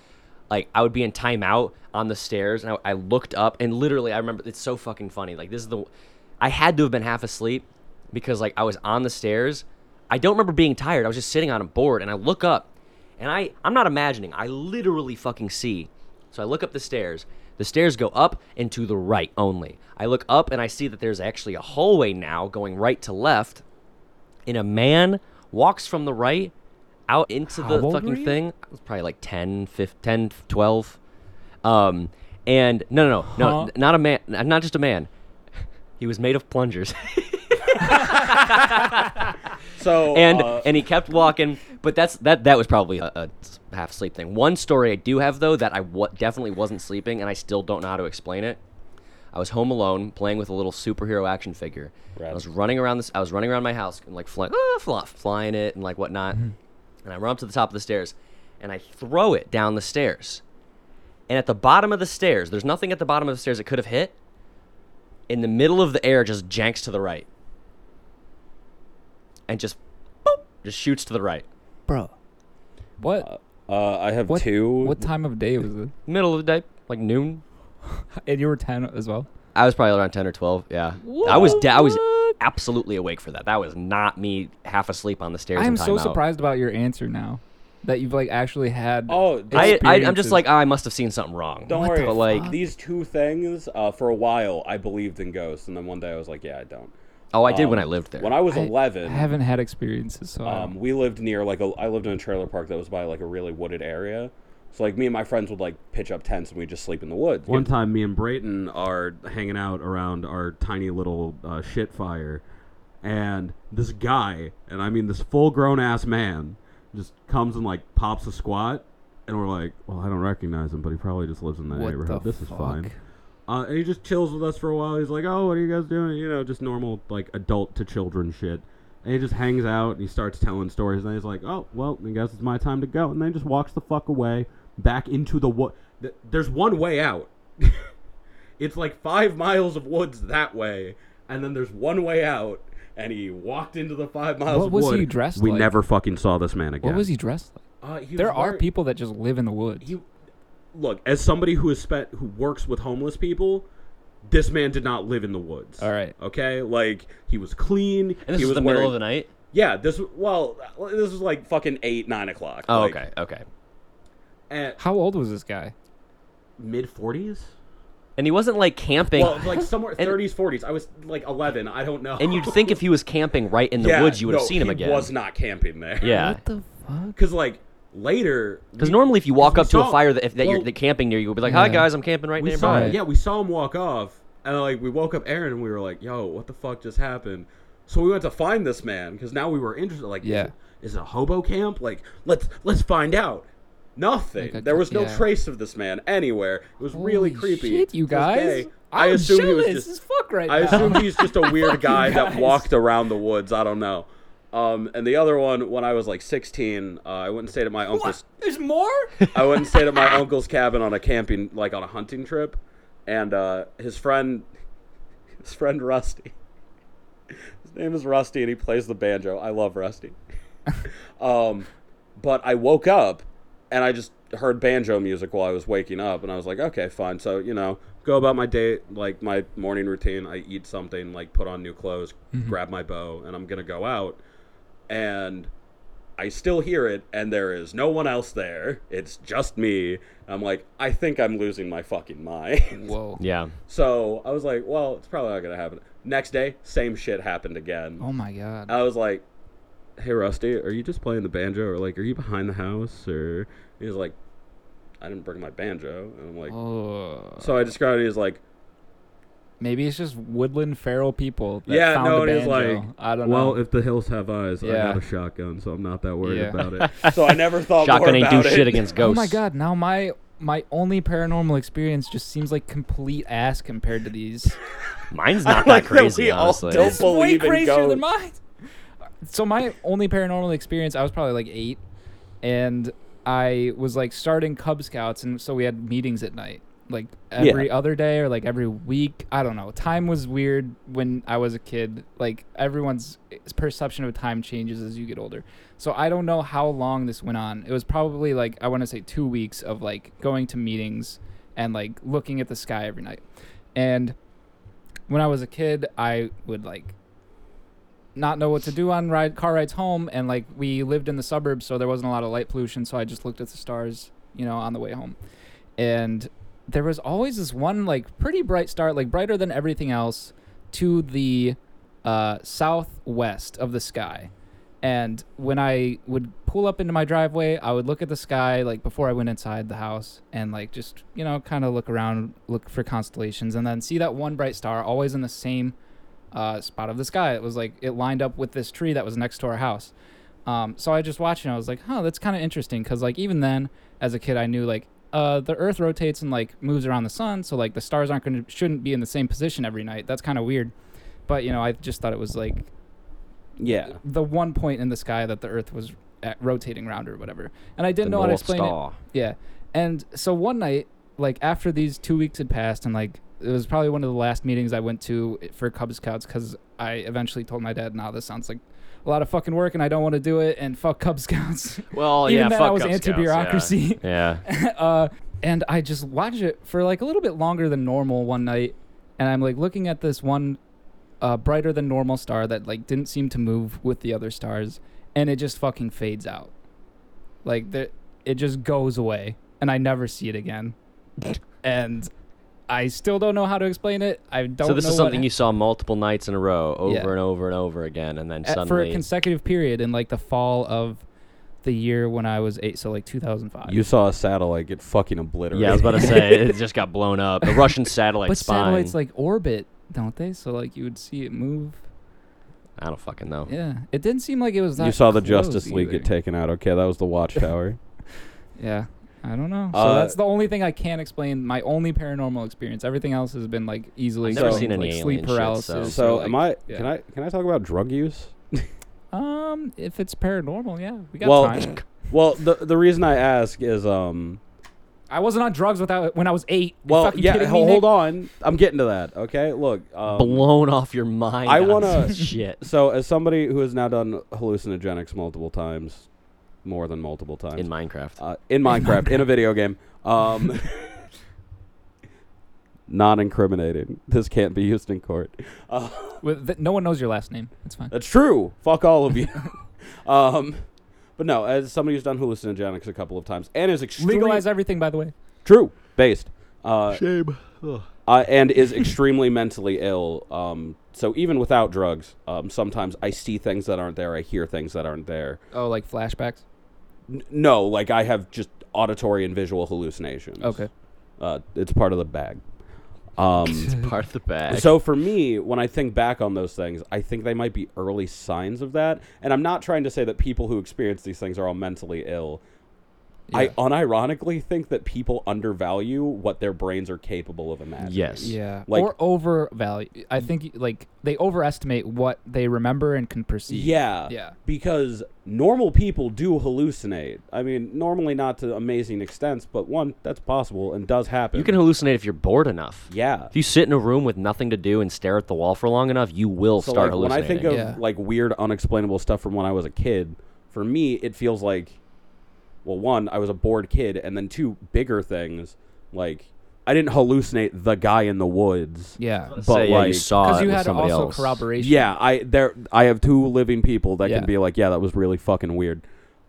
Speaker 2: like I would be in timeout on the stairs, and I, I looked up, and literally I remember it's so fucking funny. Like this is the I had to have been half asleep because like I was on the stairs. I don't remember being tired. I was just sitting on a board, and I look up, and I I'm not imagining. I literally fucking see. So I look up the stairs. The stairs go up and to the right only. I look up and I see that there's actually a hallway now going right to left and a man walks from the right out into
Speaker 1: How
Speaker 2: the
Speaker 1: old were
Speaker 2: fucking
Speaker 1: you?
Speaker 2: thing. I was probably like 10, 15, 10, 12. Um, and no, no, no, no,
Speaker 1: Huh?
Speaker 2: n- not a man, n- not just a man. (laughs) He was made of plungers, (laughs)
Speaker 3: So
Speaker 2: and
Speaker 3: uh,
Speaker 2: and he kept walking. But that's that that was probably a, a s- half sleep thing. One story I do have though that I wa- definitely wasn't sleeping, and I still don't know how to explain it. I was home alone playing with a little superhero action figure. I
Speaker 3: Rad.
Speaker 2: was running around this. I was running around my house and like flying, fluff, flying it and like whatnot. And I run up to the top of the stairs, and I throw it down the stairs. And at the bottom of the stairs, there's nothing at the bottom of the stairs it could have hit. In the middle of the air, just janks to the right, and just, boop, just shoots to the right.
Speaker 1: bro. What?
Speaker 3: uh, I have
Speaker 1: what?
Speaker 3: two.
Speaker 1: What time of day was it?
Speaker 2: Middle of the day, like noon.
Speaker 1: And you were ten as well.
Speaker 2: I was probably around ten or twelve. Yeah, I was. Da- I was absolutely awake for that. That was not me half asleep on the stairs.
Speaker 1: I'm
Speaker 2: in
Speaker 1: so
Speaker 2: timeout.
Speaker 1: surprised about your answer now that you've like actually had.
Speaker 3: Oh,
Speaker 2: I, I, I'm
Speaker 1: experiences.
Speaker 2: just like, oh, I must have seen something wrong.
Speaker 3: Don't
Speaker 1: What
Speaker 3: worry. uh,
Speaker 1: the
Speaker 2: But like,
Speaker 1: fuck?
Speaker 3: These two things, uh, for a while, I believed in ghosts, and then one day I was like, yeah, I don't.
Speaker 2: oh, I did when I
Speaker 3: Um,
Speaker 2: lived there.
Speaker 3: When I was
Speaker 1: I-
Speaker 3: 11,
Speaker 1: I haven't had experiences, so I
Speaker 3: um,
Speaker 1: don't-
Speaker 3: we lived near like a, I lived in a trailer park that was by like a really wooded area, So like me and my friends would like pitch up tents and we just sleep in the woods.
Speaker 4: One time, me and Brayton are hanging out around our tiny little uh, shit fire, and this guy, and I mean this full grown ass man, just comes and like pops a squat, and we're like, well, I don't recognize him, but he probably just lives in that
Speaker 1: What the
Speaker 4: neighborhood. This is
Speaker 1: fuck?
Speaker 4: fine. Uh, and he just chills with us for a while. He's like, "Oh, what are you guys doing?" You know, just normal like adult to children shit. And he just hangs out and he starts telling stories. And he's like, "Oh, well, I guess it's my time to go." And then he just walks the fuck away back into the wood. Th- there's one way out. (laughs) it's like five miles of woods that way, and then there's one way out. And he walked into the five miles
Speaker 1: What
Speaker 4: of
Speaker 1: was
Speaker 4: wood.
Speaker 1: he dressed
Speaker 4: we
Speaker 1: like?
Speaker 4: never fucking saw this man again.
Speaker 1: What was he dressed like?
Speaker 4: Uh, he was
Speaker 1: There are
Speaker 4: wearing-
Speaker 1: people that just live in the woods.
Speaker 4: he look as somebody who has spent who works with homeless people this man did not live in the woods
Speaker 1: All right.
Speaker 4: okay like he was clean
Speaker 2: And this
Speaker 3: He
Speaker 2: is
Speaker 3: was
Speaker 2: the middle
Speaker 3: wearing-
Speaker 2: of the night.
Speaker 3: Yeah, this well, this was like fucking eight, nine o'clock.
Speaker 2: Oh,
Speaker 3: Like,
Speaker 2: okay, okay.
Speaker 4: at
Speaker 1: How old was this guy?
Speaker 4: mid 40s
Speaker 2: And he wasn't like camping.
Speaker 4: well like somewhere
Speaker 2: And-
Speaker 4: 30s 40s i was like 11 i don't know (laughs)
Speaker 2: and you'd think if he was camping right in the
Speaker 3: yeah,
Speaker 2: woods, you would have
Speaker 3: no,
Speaker 2: seen him
Speaker 3: he
Speaker 2: again.
Speaker 3: Was not camping there.
Speaker 4: (laughs)
Speaker 2: yeah.
Speaker 1: What the fuck?
Speaker 4: because like later
Speaker 2: Because
Speaker 4: we-
Speaker 2: normally, if you walk
Speaker 4: 'cause we
Speaker 2: up to
Speaker 4: saw-
Speaker 2: a fire that, if, that you're
Speaker 4: well,
Speaker 2: that camping near, you'll be like, "Hi
Speaker 1: Yeah.
Speaker 2: guys, I'm camping right
Speaker 4: we saw
Speaker 2: nearby."
Speaker 1: it.
Speaker 4: yeah we saw him walk off and like we woke up aaron and we were like yo what the fuck just happened so we went to find this man because now we were interested like is
Speaker 1: Yeah.
Speaker 4: it- is it a hobo camp like let's let's find out nothing
Speaker 1: Like a-
Speaker 3: There was no
Speaker 1: yeah.
Speaker 3: trace of this man anywhere. It was really
Speaker 1: Holy
Speaker 3: creepy.
Speaker 1: Shit, you
Speaker 3: To this
Speaker 1: guys.
Speaker 3: day, I
Speaker 1: I'm
Speaker 3: assume he was
Speaker 1: jealous
Speaker 3: just
Speaker 1: as fuck right
Speaker 3: (laughs) I
Speaker 1: now.
Speaker 3: assume
Speaker 1: (laughs)
Speaker 3: he's just a weird guy that
Speaker 1: guys.
Speaker 3: walked around the woods. I don't know. Um, and the other one, when I was like 16, uh, I went and stayed at my uncle's.
Speaker 1: What? There's more?
Speaker 2: (laughs)
Speaker 3: I went and stayed at my uncle's cabin on a camping, like on a hunting trip, and uh, his friend, his friend Rusty. His name is Rusty, and he plays the banjo. I love Rusty. um, but I woke up, and I just heard banjo music while I was waking up, and I was like, okay, fine. So you know, go about my day, like my morning routine. I eat something, like put on new clothes, grab my bow, and I'm gonna go out. And I still hear it, and there is no one else there. It's just me. I'm like, I think I'm losing my fucking mind. (laughs)
Speaker 1: Whoa.
Speaker 2: Yeah.
Speaker 3: So I was like, well, it's probably not gonna happen. Next day, same shit happened again.
Speaker 1: Oh my god.
Speaker 3: I was like, hey Rusty, are you just playing the banjo, or like, are you behind the house, or he was like, I didn't bring my banjo, and I'm like,
Speaker 1: Oh.
Speaker 3: so I described it. He's like,
Speaker 1: Maybe it's just woodland feral people that
Speaker 3: Yeah,
Speaker 1: found
Speaker 3: no,
Speaker 1: a
Speaker 3: it is
Speaker 1: banjo.
Speaker 3: like,
Speaker 1: I don't
Speaker 4: well
Speaker 1: know.
Speaker 4: if the hills have eyes i
Speaker 1: Yeah.
Speaker 4: have a shotgun so i'm not that worried
Speaker 1: Yeah.
Speaker 4: about it
Speaker 2: (laughs)
Speaker 3: so I never thought
Speaker 2: Shotgun
Speaker 3: more
Speaker 2: ain't
Speaker 3: about
Speaker 2: do
Speaker 3: it.
Speaker 2: shit against
Speaker 1: oh
Speaker 2: ghosts.
Speaker 1: my god, now my my only paranormal experience just seems like complete ass compared to these.
Speaker 3: (laughs)
Speaker 2: Mine's not
Speaker 3: like
Speaker 2: that
Speaker 3: that
Speaker 2: crazy,
Speaker 3: we all
Speaker 2: honestly.
Speaker 3: don't
Speaker 1: It's way
Speaker 3: believe in
Speaker 1: crazier than
Speaker 3: ghosts.
Speaker 1: mine. So my only paranormal experience, I was probably like eight, and I was like starting Cub Scouts, and so we had meetings at night, like every other day or like every week. I don't know. Time was weird when I was a kid. Like everyone's perception of time changes as you get older. So I don't know how long this went on. It was probably like I want to say two weeks of like going to meetings and like looking at the sky every night, and when I was a kid, I would like not know what to do on ride car rides home, and like we lived in the suburbs, so there wasn't a lot of light pollution. So I just looked at the stars, you know, on the way home, and there was always this one like pretty bright star, like brighter than everything else, to the uh, southwest of the sky. And when I would pull up into my driveway, I would look at the sky like before I went inside the house and like just, you know, kind of look around, look for constellations and then see that one bright star always in the same uh, spot of the sky. It was like it lined up with this tree that was next to our house. Um, so I just watched and I was like, huh, that's kind of interesting because like even then, as a kid, I knew like uh, the Earth rotates and like moves around the sun, so like the stars aren't gonna shouldn't be in the same position every night. That's kind of weird, but you know, I just thought it was like
Speaker 3: Yeah.
Speaker 1: the one point in the sky that the Earth was at rotating round or whatever, and I
Speaker 2: The
Speaker 1: didn't know how to
Speaker 2: North
Speaker 1: explain it.
Speaker 2: Star.
Speaker 1: Yeah. And so one night, like after these two weeks had passed, and like it was probably one of the last meetings I went to for Cub Scouts because I eventually told my dad, nah, this sounds like a lot of fucking work and I don't want to do it and fuck Cub
Speaker 2: (laughs)
Speaker 1: Scouts.
Speaker 2: Well,
Speaker 1: Even
Speaker 2: yeah,
Speaker 1: then, I
Speaker 2: fuck
Speaker 1: was
Speaker 2: Cub Scouts,
Speaker 1: anti-bureaucracy.
Speaker 2: Yeah. yeah.
Speaker 1: (coughs) uh, and I just watched it for like a little bit longer than normal one night, and I'm like looking at this one uh, brighter than normal star that like didn't seem to move with the other stars, and it just fucking fades out, like the, it just goes away, and I never see it
Speaker 2: (laughs)
Speaker 1: again, and I still don't know how to explain it. I (laughs) don't.
Speaker 2: So this
Speaker 1: know
Speaker 2: is something
Speaker 1: what,
Speaker 2: you saw multiple nights in a row, over
Speaker 1: Yeah.
Speaker 2: and over and over again, and then
Speaker 1: at- eh, for a
Speaker 2: suddenly.
Speaker 1: consecutive period in like the fall of the year when I was eight, so like 2005.
Speaker 3: You saw a satellite get fucking
Speaker 2: (laughs)
Speaker 3: obliterated.
Speaker 2: Yeah, I was
Speaker 3: (laughs)
Speaker 1: (laughs)
Speaker 2: about to say it just got blown up. The Russian satellite
Speaker 1: but
Speaker 2: spine.
Speaker 1: satellites like orbit, don't they? So like you would see it move.
Speaker 2: I don't fucking know.
Speaker 1: Yeah, it didn't seem like it was that.
Speaker 3: you saw the
Speaker 1: close
Speaker 3: Justice League
Speaker 1: either.
Speaker 3: get taken out. Okay, that was the
Speaker 1: (laughs)
Speaker 3: Watchtower.
Speaker 1: Yeah, I don't know. so
Speaker 3: Uh,
Speaker 1: that's the only thing I can explain. My only paranormal experience. Everything else has been like easily.
Speaker 2: I've never
Speaker 1: explained,
Speaker 2: seen any
Speaker 1: like sleep
Speaker 2: alien shit,
Speaker 1: paralysis.
Speaker 2: so-
Speaker 1: or,
Speaker 3: so,
Speaker 1: like-
Speaker 3: am I?
Speaker 1: yeah.
Speaker 3: Can I? Can I talk about drug use?
Speaker 1: Um, if it's paranormal, yeah, we got
Speaker 3: Well-
Speaker 1: time.
Speaker 3: Well, the the reason I ask is um.
Speaker 1: I wasn't on drugs without when I was eight. You
Speaker 3: Well,
Speaker 1: fucking
Speaker 3: yeah.
Speaker 1: kidding me,
Speaker 3: Hold,
Speaker 1: Nick?
Speaker 3: on, I'm getting to that. Okay, look. Um,
Speaker 2: blown off your mind.
Speaker 3: I
Speaker 2: on
Speaker 3: wanna-
Speaker 2: some
Speaker 3: (laughs)
Speaker 2: shit
Speaker 3: so, as somebody who has now done hallucinogenics multiple times, more than multiple times,
Speaker 1: (laughs)
Speaker 2: in Minecraft.
Speaker 3: uh, in Minecraft, in a video game. Um, non incriminating. This can't be used in court. Uh,
Speaker 1: With th- no one knows your last name. It's fine.
Speaker 3: that's true. Fuck all of you. (laughs) um, but no, as somebody who's done hallucinogenics a couple of times and is extremely
Speaker 1: Legalize everything, by the way.
Speaker 3: true based. Uh, uh, and is extremely mentally ill. Um, so even without drugs, um, sometimes I see things that aren't there. I hear things that aren't there.
Speaker 1: Oh, like flashbacks.
Speaker 3: N- no, like I have just auditory and visual hallucinations.
Speaker 1: Okay.
Speaker 3: Uh, it's part of the bag.
Speaker 1: (laughs)
Speaker 3: Um,
Speaker 2: It's part of the bag.
Speaker 3: so for me, when I think back on those things, I think they might be early signs of that. And I'm not trying to say that people who experience these things are all mentally ill. I
Speaker 1: Yeah.
Speaker 3: unironically think that people undervalue what their brains are capable of imagining.
Speaker 2: Yes.
Speaker 1: Yeah.
Speaker 3: Like-
Speaker 1: or overvalue. I think like they overestimate what they remember and can perceive.
Speaker 3: Yeah.
Speaker 1: Yeah.
Speaker 3: Because normal people do hallucinate. I mean, normally not to amazing extents, but one, that's possible and does happen.
Speaker 2: you can hallucinate if you're bored enough.
Speaker 3: Yeah.
Speaker 2: If you sit in a room with nothing to do and stare at the wall for long enough, you will
Speaker 3: So
Speaker 2: start
Speaker 3: like when I
Speaker 2: hallucinating.
Speaker 3: think
Speaker 1: Yeah.
Speaker 3: of like weird unexplainable stuff from when I was a kid, for me it feels like well one, I was a bored kid and then two bigger things like I didn't hallucinate the guy in the woods.
Speaker 1: Yeah.
Speaker 3: but
Speaker 2: Say, yeah, you
Speaker 3: like-
Speaker 2: saw
Speaker 1: Because
Speaker 2: it
Speaker 1: you
Speaker 2: with
Speaker 1: had
Speaker 2: somebody
Speaker 1: also
Speaker 2: else.
Speaker 1: corroboration.
Speaker 3: Yeah, I there I have two living people that
Speaker 1: Yeah.
Speaker 3: can be like, yeah, that was really fucking weird.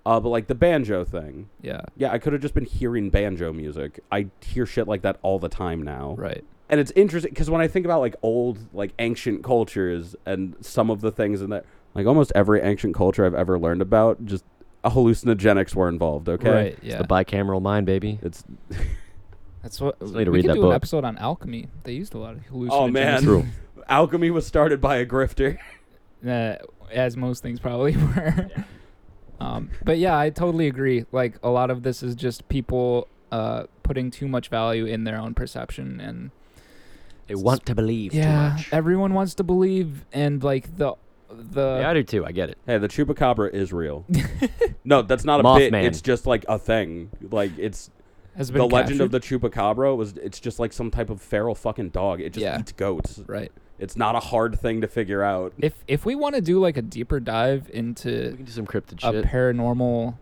Speaker 3: Uh, but like the banjo thing,
Speaker 1: Yeah.
Speaker 3: Yeah, I could have just been hearing banjo music. I hear shit like that all the time now.
Speaker 1: Right.
Speaker 3: And it's interesting because when I think about like old, like ancient cultures and some of the things in that, like almost every ancient culture I've ever learned about, just hallucinogenics were involved. Okay.
Speaker 1: Right. Yeah.
Speaker 2: The bicameral mind, baby.
Speaker 3: It's
Speaker 1: That's what.
Speaker 2: Just need to
Speaker 1: we
Speaker 2: read
Speaker 1: could
Speaker 2: that
Speaker 1: do an
Speaker 2: book.
Speaker 1: episode on alchemy. They used a lot of hallucinogens.
Speaker 3: oh
Speaker 1: (laughs)
Speaker 3: man,
Speaker 2: True.
Speaker 3: (laughs) alchemy was started by a grifter.
Speaker 1: uh, as most things probably (laughs) were. Um, but yeah, I totally agree. Like a lot of this is just people uh, putting too much value in their own perception, and
Speaker 2: They want to believe too
Speaker 1: yeah,
Speaker 2: much.
Speaker 1: everyone wants to believe, and like the
Speaker 2: yeah,
Speaker 1: the
Speaker 2: I do too. I get it.
Speaker 3: Hey, the chupacabra is
Speaker 1: (laughs)
Speaker 3: real. no, that's not a bit.
Speaker 2: Mothman.
Speaker 3: It's just like a thing. Like it's
Speaker 1: has been
Speaker 3: the legend of
Speaker 1: captured.
Speaker 3: the chupacabra was. It's just like some type of feral fucking dog. It just
Speaker 1: Yeah.
Speaker 3: eats goats.
Speaker 1: right.
Speaker 3: It's not a hard thing to figure out.
Speaker 1: If if we want to do like a deeper dive
Speaker 2: We
Speaker 1: into
Speaker 2: can do some cryptid
Speaker 1: a
Speaker 2: shit.
Speaker 1: paranormal,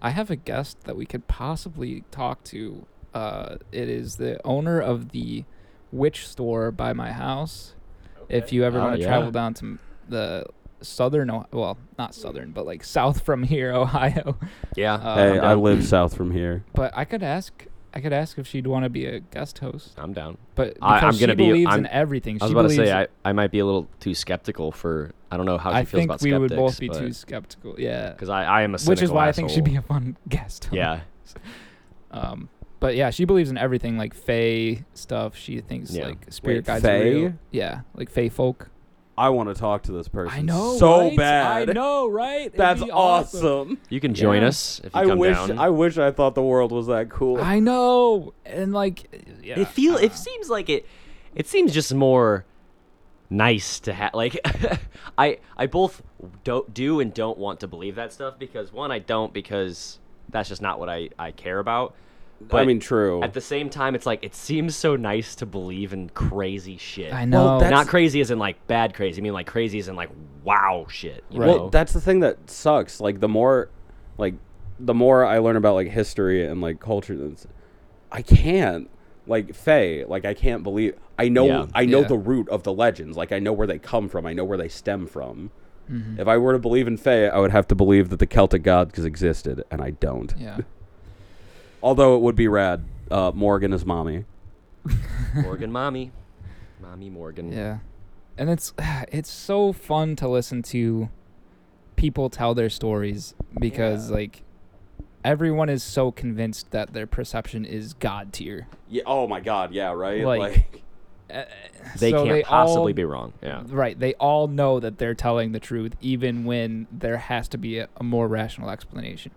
Speaker 1: I have a guest that we could possibly talk to. Uh, it is the owner of the witch store by my house. If you ever
Speaker 2: Oh,
Speaker 1: want to
Speaker 2: yeah.
Speaker 1: travel down to m- the southern, Ohio, well, not southern, but like south from here, (laughs) Ohio.
Speaker 2: yeah.
Speaker 1: Uh,
Speaker 3: hey,
Speaker 2: I'm
Speaker 3: I
Speaker 2: down.
Speaker 3: live south from here.
Speaker 1: But I could ask, I could ask if she'd want to be a guest host.
Speaker 2: I'm down.
Speaker 1: But
Speaker 2: I- I'm
Speaker 1: because
Speaker 2: gonna
Speaker 1: she
Speaker 2: be-
Speaker 1: believes
Speaker 2: I'm-
Speaker 1: in everything.
Speaker 2: I was
Speaker 1: she
Speaker 2: about to
Speaker 1: believes-
Speaker 2: say I, I might be a little too skeptical for I don't know how she
Speaker 1: I
Speaker 2: feels
Speaker 1: think
Speaker 2: about
Speaker 1: we
Speaker 2: skeptics.
Speaker 1: would both be too skeptical. Yeah.
Speaker 2: because I, I am a cynical
Speaker 1: Which is why I think she'd
Speaker 2: asshole.
Speaker 1: be a fun (laughs) guest. host.
Speaker 2: (laughs) yeah
Speaker 1: Um, but yeah, she believes in everything like Fey stuff. She thinks
Speaker 2: Yeah.
Speaker 1: like spirit
Speaker 3: Wait,
Speaker 1: guides. are real.
Speaker 3: Fae?
Speaker 1: Yeah, like Fey folk.
Speaker 3: I want to talk to this person.
Speaker 1: I know.
Speaker 3: so
Speaker 1: right?
Speaker 3: bad.
Speaker 1: I know, right? It'd
Speaker 3: That's
Speaker 1: be
Speaker 3: awesome.
Speaker 2: you can join
Speaker 1: Yeah.
Speaker 2: us if you
Speaker 3: I
Speaker 2: come
Speaker 3: wish.
Speaker 2: down.
Speaker 3: I wish I thought the world was that cool.
Speaker 1: I know, and like, yeah,
Speaker 2: it feel
Speaker 1: I don't
Speaker 2: it seems like it it seems just more nice to have like (laughs) I I both do, do and don't want to believe that stuff because one I don't because that's just not what I I care about.
Speaker 3: I
Speaker 2: But
Speaker 3: mean, true.
Speaker 2: at the same time it's like it seems so nice to believe in crazy shit.
Speaker 1: know. I know.
Speaker 3: that's-
Speaker 2: Not crazy as in like bad crazy. I mean like crazy as in like wow shit. You
Speaker 1: Right.
Speaker 2: know?
Speaker 3: Well, that's the thing that (laughs) sucks. Like the more, like the more I learn about like history and like culture, that's- I can't like Faye. Like I can't believe. I know.
Speaker 2: Yeah.
Speaker 3: I know
Speaker 1: Yeah.
Speaker 3: the root of the legends. Like I know where they come from. I know where they stem from.
Speaker 1: Mm-hmm.
Speaker 3: If I were to believe in Fae, I would have to believe that the Celtic gods existed, and I don't.
Speaker 1: yeah.
Speaker 3: Although it would be rad. Uh, Morgan is mommy.
Speaker 2: Morgan mommy. Mommy Morgan.
Speaker 1: Yeah. And it's (sighs) it's so fun to listen to people tell their stories because like everyone is so convinced that their perception is god tier.
Speaker 3: Yeah, oh my god, yeah, right?
Speaker 1: Like- (laughs)
Speaker 3: (laughs)
Speaker 2: They
Speaker 1: So
Speaker 2: can't
Speaker 1: they all-
Speaker 2: possibly be wrong. Yeah.
Speaker 1: Right. They all know that they're telling the truth, even when there has to be a, a more rational explanation.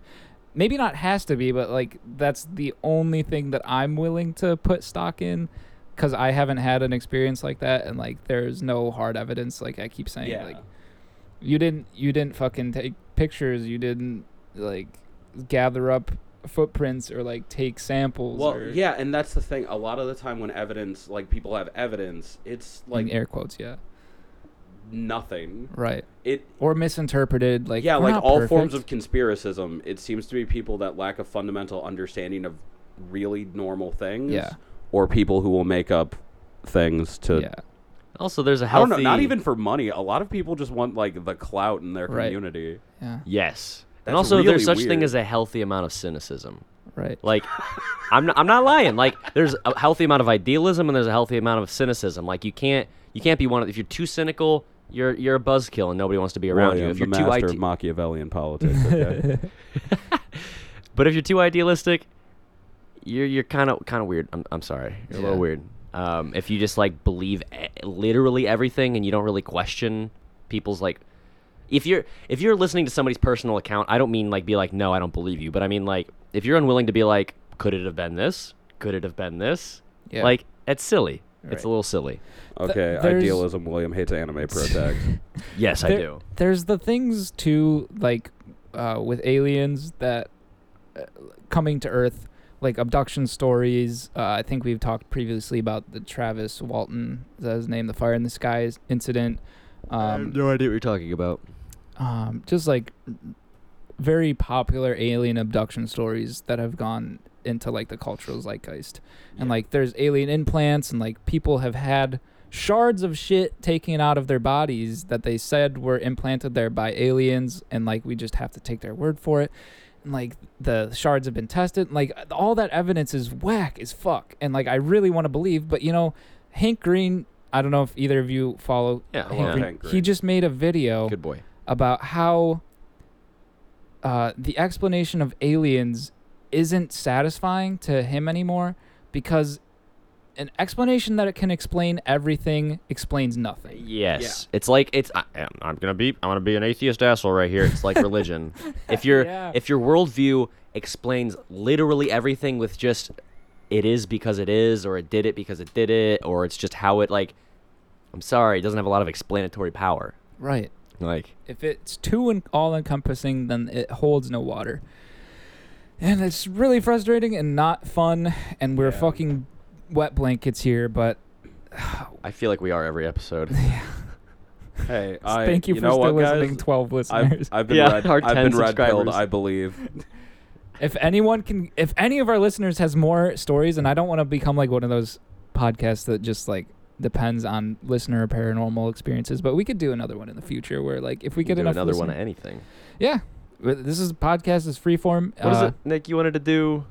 Speaker 1: Maybe not has to be, but like that's the only thing that I'm willing to put stock in because I haven't had an experience like that. And like there's no hard evidence, like I keep saying. Like you didn't you didn't fucking take pictures, you didn't like gather up footprints or like take samples
Speaker 3: well,
Speaker 1: or
Speaker 3: yeah, and that's the thing. A lot of the time when evidence, like people have evidence, it's
Speaker 1: like
Speaker 3: like
Speaker 1: air quotes, yeah.
Speaker 3: nothing.
Speaker 1: Right.
Speaker 3: It
Speaker 1: Or misinterpreted like
Speaker 3: yeah,
Speaker 1: we're
Speaker 3: like
Speaker 1: not
Speaker 3: all forms
Speaker 1: perfect.
Speaker 3: of conspiracism, it seems to be people that lack a fundamental understanding of really normal things
Speaker 1: Yeah.
Speaker 3: or people who will make up things to
Speaker 1: yeah.
Speaker 2: Also, there's a
Speaker 3: I don't
Speaker 2: healthy.
Speaker 3: know, not even for money. A lot of people just want like the clout in their
Speaker 1: Right.
Speaker 3: community.
Speaker 1: Yeah.
Speaker 2: Yes.
Speaker 3: That's
Speaker 2: and also,
Speaker 3: really
Speaker 2: there's such thing
Speaker 3: weird.
Speaker 2: as a healthy amount of cynicism.
Speaker 1: Right.
Speaker 2: Like, (laughs) I'm not, I'm not lying. Like, there's a healthy amount of idealism and there's a healthy amount of cynicism. Like, you can't you can't be one of if you're too cynical, you're you're a buzzkill and nobody wants to be around you. If
Speaker 3: the
Speaker 2: you're too
Speaker 3: master
Speaker 2: ide-
Speaker 3: of Machiavellian politics. Okay?
Speaker 1: (laughs)
Speaker 3: (laughs)
Speaker 2: (laughs) but if you're too idealistic, you're you're kind of kind of weird. I'm I'm sorry, you're a little
Speaker 1: Yeah.
Speaker 2: weird. Um, if you just like believe e- literally everything and you don't really question people's like, if you're if you're listening to somebody's personal account, I don't mean like be like no, I don't believe you, but I mean like if you're unwilling to be like, could it have been this? Could it have been this?
Speaker 1: Yeah.
Speaker 2: Like it's silly. It's a
Speaker 1: Right.
Speaker 2: little silly.
Speaker 3: okay,
Speaker 1: there's-
Speaker 3: idealism. William hates anime (laughs) protect.
Speaker 2: Yes, I
Speaker 1: There-
Speaker 2: do.
Speaker 1: There's the things too, like uh, with aliens that uh, coming to Earth, like abduction stories. Uh, I think we've talked previously about the Travis Walton, is that his name, the fire in the sky incident. Um,
Speaker 2: no idea what you're talking about.
Speaker 1: um, just like very popular alien abduction stories that have gone into like the cultural zeitgeist. And like there's alien implants and like people have had shards of shit taken out of their bodies that they said were implanted there by aliens and like we just have to take their word for it. And like the shards have been tested. And, like all that evidence is whack as fuck. And like I really want to believe, but you know, Hank Green, I don't know if either of you follow
Speaker 2: Yeah,
Speaker 1: Hank,
Speaker 2: yeah.
Speaker 1: Green.
Speaker 3: Hank
Speaker 1: He
Speaker 3: Green.
Speaker 1: just made a video
Speaker 2: Good boy.
Speaker 1: about how uh, the explanation of aliens isn't satisfying to him anymore because an explanation that it can explain everything explains nothing.
Speaker 2: Yes, it's like it's. I, I'm- I'm gonna be. I'm gonna be an atheist asshole right here.
Speaker 1: (laughs)
Speaker 2: It's like religion. if your
Speaker 1: Yeah.
Speaker 2: if your worldview explains literally everything with just it is because it is, or it did it because it did it, or it's just how it like. I'm sorry, it doesn't have a lot of explanatory power.
Speaker 1: Right.
Speaker 2: Like
Speaker 1: If it's too en- all encompassing, then it holds no water. And it's really frustrating and not fun, and we're
Speaker 3: Yeah.
Speaker 1: fucking wet blankets here, but
Speaker 2: I feel like we are every
Speaker 1: (laughs)
Speaker 2: episode.
Speaker 3: hey, I,
Speaker 1: thank you, for
Speaker 3: know
Speaker 1: still
Speaker 3: what, guys?
Speaker 1: listening, 12 listeners.
Speaker 3: (laughs) I've, I've been
Speaker 2: Yeah,
Speaker 3: red.
Speaker 2: our
Speaker 3: I've
Speaker 2: 10
Speaker 3: been red pilled.
Speaker 2: subscribers.
Speaker 3: I believe.
Speaker 1: if anyone can if any of our listeners has more stories and i don't want to become like one of those podcasts that just like depends on listener paranormal experiences but we could do another one in the future where like if we
Speaker 2: can
Speaker 1: get
Speaker 2: do
Speaker 1: enough
Speaker 2: another
Speaker 1: listen-
Speaker 2: one of anything.
Speaker 1: yeah Th- this is podcast is freeform
Speaker 2: What is
Speaker 1: Uh,
Speaker 2: it, Nick? You wanted to do?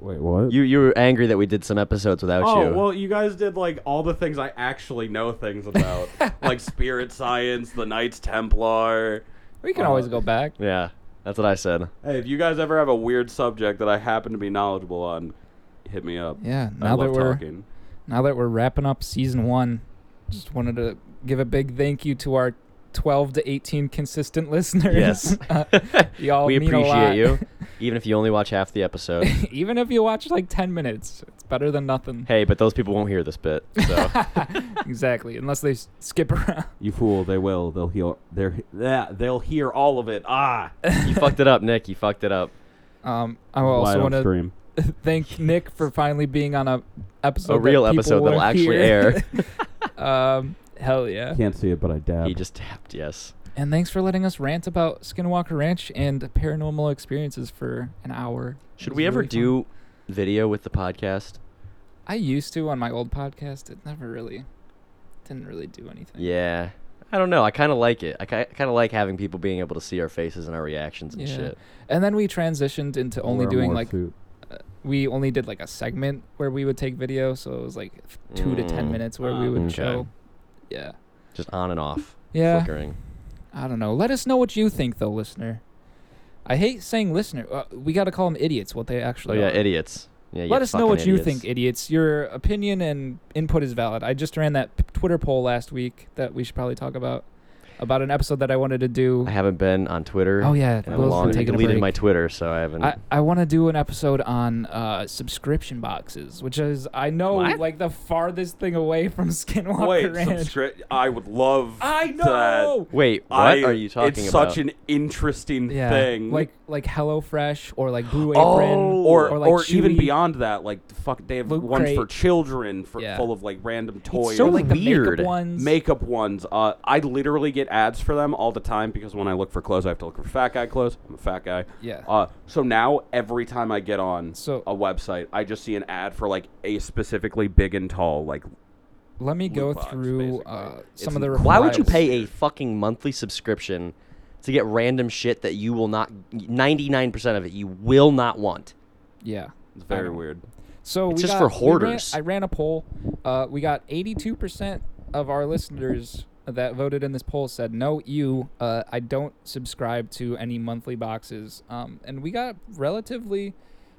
Speaker 4: Wait, what?
Speaker 2: You you were angry that we did some episodes without
Speaker 3: Oh
Speaker 2: you.
Speaker 3: well, you guys did like all the things I actually know things (laughs) about, like spirit science, the Knights Templar.
Speaker 1: we can
Speaker 3: uh,
Speaker 1: always go back
Speaker 2: yeah, that's what I said.
Speaker 3: Hey, if you guys ever have a weird subject that I happen to be knowledgeable on, hit me up.
Speaker 1: yeah
Speaker 3: I
Speaker 1: now
Speaker 3: love
Speaker 1: that we're
Speaker 3: talking.
Speaker 1: now that we're wrapping up season one just wanted to give a big thank you to our 12 to 18 consistent listeners
Speaker 2: Yes.
Speaker 1: (laughs)
Speaker 2: (laughs)
Speaker 1: Uh, y'all
Speaker 2: we
Speaker 1: mean a lot.
Speaker 2: appreciate you, even if you only watch half the episode.
Speaker 1: (laughs) even if you watch like 10 minutes it's better than nothing
Speaker 2: hey, but those people won't hear this bit. So
Speaker 1: (laughs) exactly, unless they s- skip around. (laughs)
Speaker 3: You fool! They will. They'll hear. They're yeah, They'll hear all of it. Ah.
Speaker 1: (laughs)
Speaker 2: you fucked it up, Nick. You fucked it up.
Speaker 1: Um, I also want to
Speaker 4: stream.
Speaker 1: (laughs) thank Nick for finally being on a episode,
Speaker 2: a real
Speaker 1: that people
Speaker 2: episode that'll
Speaker 1: will
Speaker 2: actually
Speaker 1: hear.
Speaker 2: air.
Speaker 1: (laughs) um, hell yeah!
Speaker 4: Can't see it, but I
Speaker 1: (laughs)
Speaker 4: dab.
Speaker 2: he just tapped. Yes.
Speaker 1: And thanks for letting us rant about Skinwalker Ranch and paranormal experiences for an hour. It
Speaker 2: Should
Speaker 1: was
Speaker 2: we ever
Speaker 1: really fun.
Speaker 2: do video with the podcast?
Speaker 1: I used to on my old podcast. It never really didn't really do anything.
Speaker 2: Yeah. I don't know. I kind of like it. I kind of like having people being able to see our faces and our reactions and
Speaker 1: Yeah.
Speaker 2: shit.
Speaker 1: And then we transitioned into only
Speaker 4: Wear
Speaker 1: doing
Speaker 4: more
Speaker 1: like
Speaker 4: suit.
Speaker 1: we only did like a segment where we would take video, so it was like two to ten
Speaker 2: Mm.
Speaker 1: minutes where
Speaker 3: Ah,
Speaker 1: we would
Speaker 2: okay.
Speaker 1: show. Yeah.
Speaker 2: Just on and off.
Speaker 1: Yeah.
Speaker 2: Flickering.
Speaker 1: I don't know. Let us know what you think, though, listener. I hate saying listener. Uh, we got to call them idiots. What they
Speaker 2: Oh
Speaker 1: actually
Speaker 2: yeah,
Speaker 1: are.
Speaker 2: idiots. Yeah,
Speaker 1: Let
Speaker 2: you
Speaker 1: us know what
Speaker 2: fucking
Speaker 1: you
Speaker 2: idiots.
Speaker 1: think, idiots. Your opinion and input is valid. I just ran that p- Twitter poll last week that we should probably talk about about an episode that I wanted to do.
Speaker 2: I haven't been on Twitter.
Speaker 1: Oh yeah,
Speaker 2: in a
Speaker 1: Will's been
Speaker 2: long. I
Speaker 1: taking a
Speaker 2: deleted
Speaker 1: break.
Speaker 2: my Twitter, so I haven't.
Speaker 1: I, I want to do an episode on uh, subscription boxes, which is I know
Speaker 2: What?
Speaker 1: like the farthest thing away from Skinwalker
Speaker 3: Wait,
Speaker 1: Ranch.
Speaker 3: subscri- I would love.
Speaker 1: I
Speaker 3: that.
Speaker 1: know.
Speaker 2: Wait, what
Speaker 3: I-
Speaker 2: are you talking
Speaker 3: It's
Speaker 2: about?
Speaker 3: such an interesting
Speaker 1: Yeah,
Speaker 3: thing.
Speaker 1: like like HelloFresh or like Blue Apron,
Speaker 2: Oh,
Speaker 3: or
Speaker 1: or like
Speaker 3: even
Speaker 1: Chewy.
Speaker 3: beyond that, like the fuck, they have
Speaker 1: Loot
Speaker 3: ones for
Speaker 1: Crate.
Speaker 3: children, for
Speaker 1: Yeah.
Speaker 3: full of like random
Speaker 1: It's
Speaker 3: toys,
Speaker 1: so
Speaker 2: You're
Speaker 1: like the
Speaker 2: weird.
Speaker 1: makeup ones.
Speaker 3: makeup ones. Uh, I literally get ads for them all the time because when I look for clothes, I have to look for fat guy clothes. I'm a fat guy.
Speaker 1: Yeah.
Speaker 3: Uh, so now every time I get on
Speaker 1: So-
Speaker 3: a website, I just see an ad for like a specifically big and tall like
Speaker 1: Let me go
Speaker 3: loot box,
Speaker 1: through
Speaker 3: basically.
Speaker 1: uh,
Speaker 3: It's
Speaker 1: some of the
Speaker 3: n-
Speaker 1: replies.
Speaker 2: Why would you pay a fucking monthly subscription to get random shit that you will not? Ninety-nine percent of it you will not want.
Speaker 1: Yeah.
Speaker 3: It's very
Speaker 1: I know.
Speaker 3: weird.
Speaker 1: So
Speaker 2: It's
Speaker 1: we got-
Speaker 2: just for
Speaker 1: we ran-
Speaker 2: hoarders.
Speaker 1: I ran a poll. Uh, we got 82% of our listeners that voted in this poll said no. You, uh, I don't subscribe to any monthly boxes. Um, and we got relatively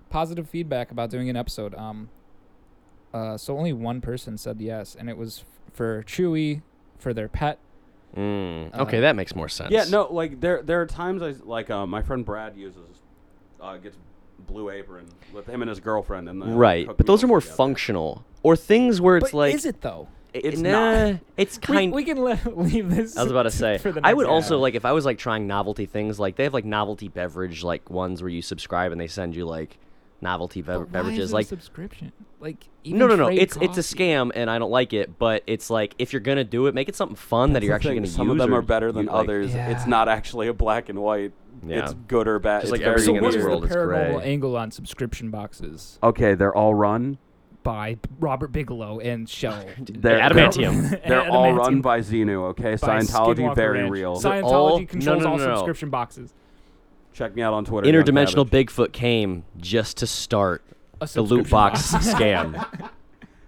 Speaker 1: positive feedback about doing an episode. Um, uh, so only one person said yes, and it was f- for Chewy, for their pet.
Speaker 2: Mm,
Speaker 1: Uh,
Speaker 2: okay, that makes more sense.
Speaker 3: Yeah, no, like there there are times I s- like uh, my friend Brad uses uh, gets Blue Apron with him and his girlfriend and they, like,
Speaker 2: Right,
Speaker 3: cook
Speaker 2: but those are
Speaker 3: meals
Speaker 2: more
Speaker 3: together.
Speaker 2: functional or things where it's
Speaker 1: but
Speaker 2: like
Speaker 1: is it though?
Speaker 3: It's
Speaker 2: nah,
Speaker 3: not.
Speaker 2: It's
Speaker 1: We-
Speaker 2: kind.
Speaker 1: we, can le- (laughs) leave this.
Speaker 2: I
Speaker 1: (laughs)
Speaker 2: was about to say.
Speaker 1: for the
Speaker 2: I would
Speaker 1: next
Speaker 2: also
Speaker 1: episode.
Speaker 2: like if I was like trying novelty things. Like they have like novelty beverage like ones where you subscribe and they send you like novelty bev-
Speaker 1: But why is
Speaker 2: beverages.
Speaker 1: it a
Speaker 2: Like
Speaker 1: subscription. Like even
Speaker 2: no, no, no.
Speaker 1: trade
Speaker 2: It's it's
Speaker 1: coffee.
Speaker 2: a scam and I don't like it. But it's like if you're gonna do it, make it something fun that
Speaker 3: That's
Speaker 2: you're
Speaker 3: the
Speaker 2: actually
Speaker 3: thing,
Speaker 2: gonna
Speaker 3: Some
Speaker 2: use.
Speaker 3: of them
Speaker 2: or
Speaker 3: are better than
Speaker 2: you, like- (laughs)
Speaker 3: others.
Speaker 1: Yeah.
Speaker 3: It's not actually a black and white.
Speaker 2: Yeah.
Speaker 3: It's good or bad.
Speaker 2: Just
Speaker 3: it's
Speaker 2: like
Speaker 3: very
Speaker 2: everything
Speaker 1: So
Speaker 2: in
Speaker 3: weird.
Speaker 1: what
Speaker 2: this
Speaker 1: is the
Speaker 2: world is
Speaker 1: paranormal
Speaker 2: gray.
Speaker 1: angle on subscription boxes
Speaker 3: Okay, they're all run.
Speaker 1: by Robert Bigelow and
Speaker 2: (laughs)
Speaker 1: Shell?
Speaker 3: They're
Speaker 2: Adamantium. (laughs)
Speaker 3: They're all
Speaker 1: Adamantium
Speaker 3: run by Xenu. Okay,
Speaker 1: by
Speaker 3: Scientology,
Speaker 1: Skinwalker
Speaker 3: very
Speaker 1: Ranch.
Speaker 3: real.
Speaker 2: Sci-
Speaker 1: Scientology
Speaker 2: all- no,
Speaker 1: controls
Speaker 2: no,
Speaker 1: all
Speaker 2: no, no.
Speaker 1: subscription boxes.
Speaker 3: Check me out on Twitter. John
Speaker 2: Interdimensional
Speaker 3: Savage.
Speaker 2: Bigfoot came just to start
Speaker 1: A
Speaker 2: the loot
Speaker 1: subscription
Speaker 2: box
Speaker 3: (laughs)
Speaker 2: scam.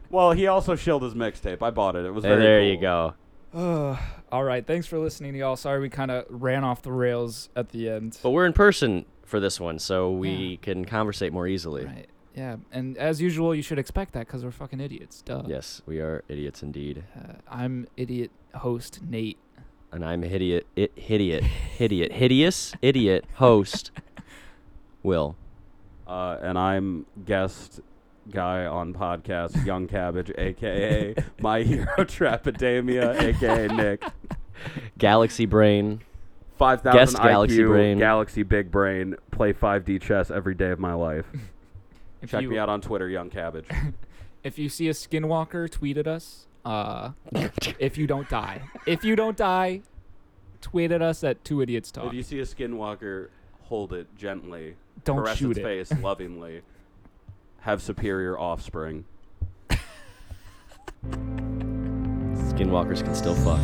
Speaker 3: Well, he also shilled his mixtape. I bought it. It was
Speaker 2: And
Speaker 3: very.
Speaker 2: there
Speaker 3: cool.
Speaker 2: you go.
Speaker 1: Ugh. (sighs) all right, thanks for listening, y'all. Sorry we kind of ran off the rails at the end.
Speaker 2: But we're in person for this one, so we
Speaker 1: Yeah.
Speaker 2: can conversate more easily.
Speaker 1: Right. Yeah, and as usual, you should expect that because we're fucking idiots. Duh.
Speaker 2: Yes, we are idiots indeed.
Speaker 1: Uh, I'm idiot host Nate.
Speaker 2: and I'm hideous, it, hideous, hideous, hideous, idiot
Speaker 1: (laughs)
Speaker 2: host. Will
Speaker 3: Uh, and I'm guest guy on podcast Young Cabbage, (laughs) aka My Hero (laughs) Trapidamia, aka Nick.
Speaker 2: Galaxy Brain?
Speaker 3: Five
Speaker 2: Guest
Speaker 3: thousand IQ,
Speaker 2: Galaxy Brain.
Speaker 3: Galaxy Big Brain. Play 5D chess every day of my
Speaker 1: (laughs)
Speaker 3: life.
Speaker 1: If
Speaker 3: Check
Speaker 1: you,
Speaker 3: me out on Twitter, Young
Speaker 1: (laughs)
Speaker 3: Cabbage.
Speaker 1: If you see a skinwalker, tweet at us. Uh, if you don't die, if you don't die, tweet at us at Two Idiots Talk.
Speaker 3: If you see a skinwalker, hold it gently.
Speaker 1: Don't
Speaker 3: caress
Speaker 1: shoot
Speaker 3: its
Speaker 1: it.
Speaker 3: face lovingly. Have superior offspring.
Speaker 2: Skinwalkers can still fuck.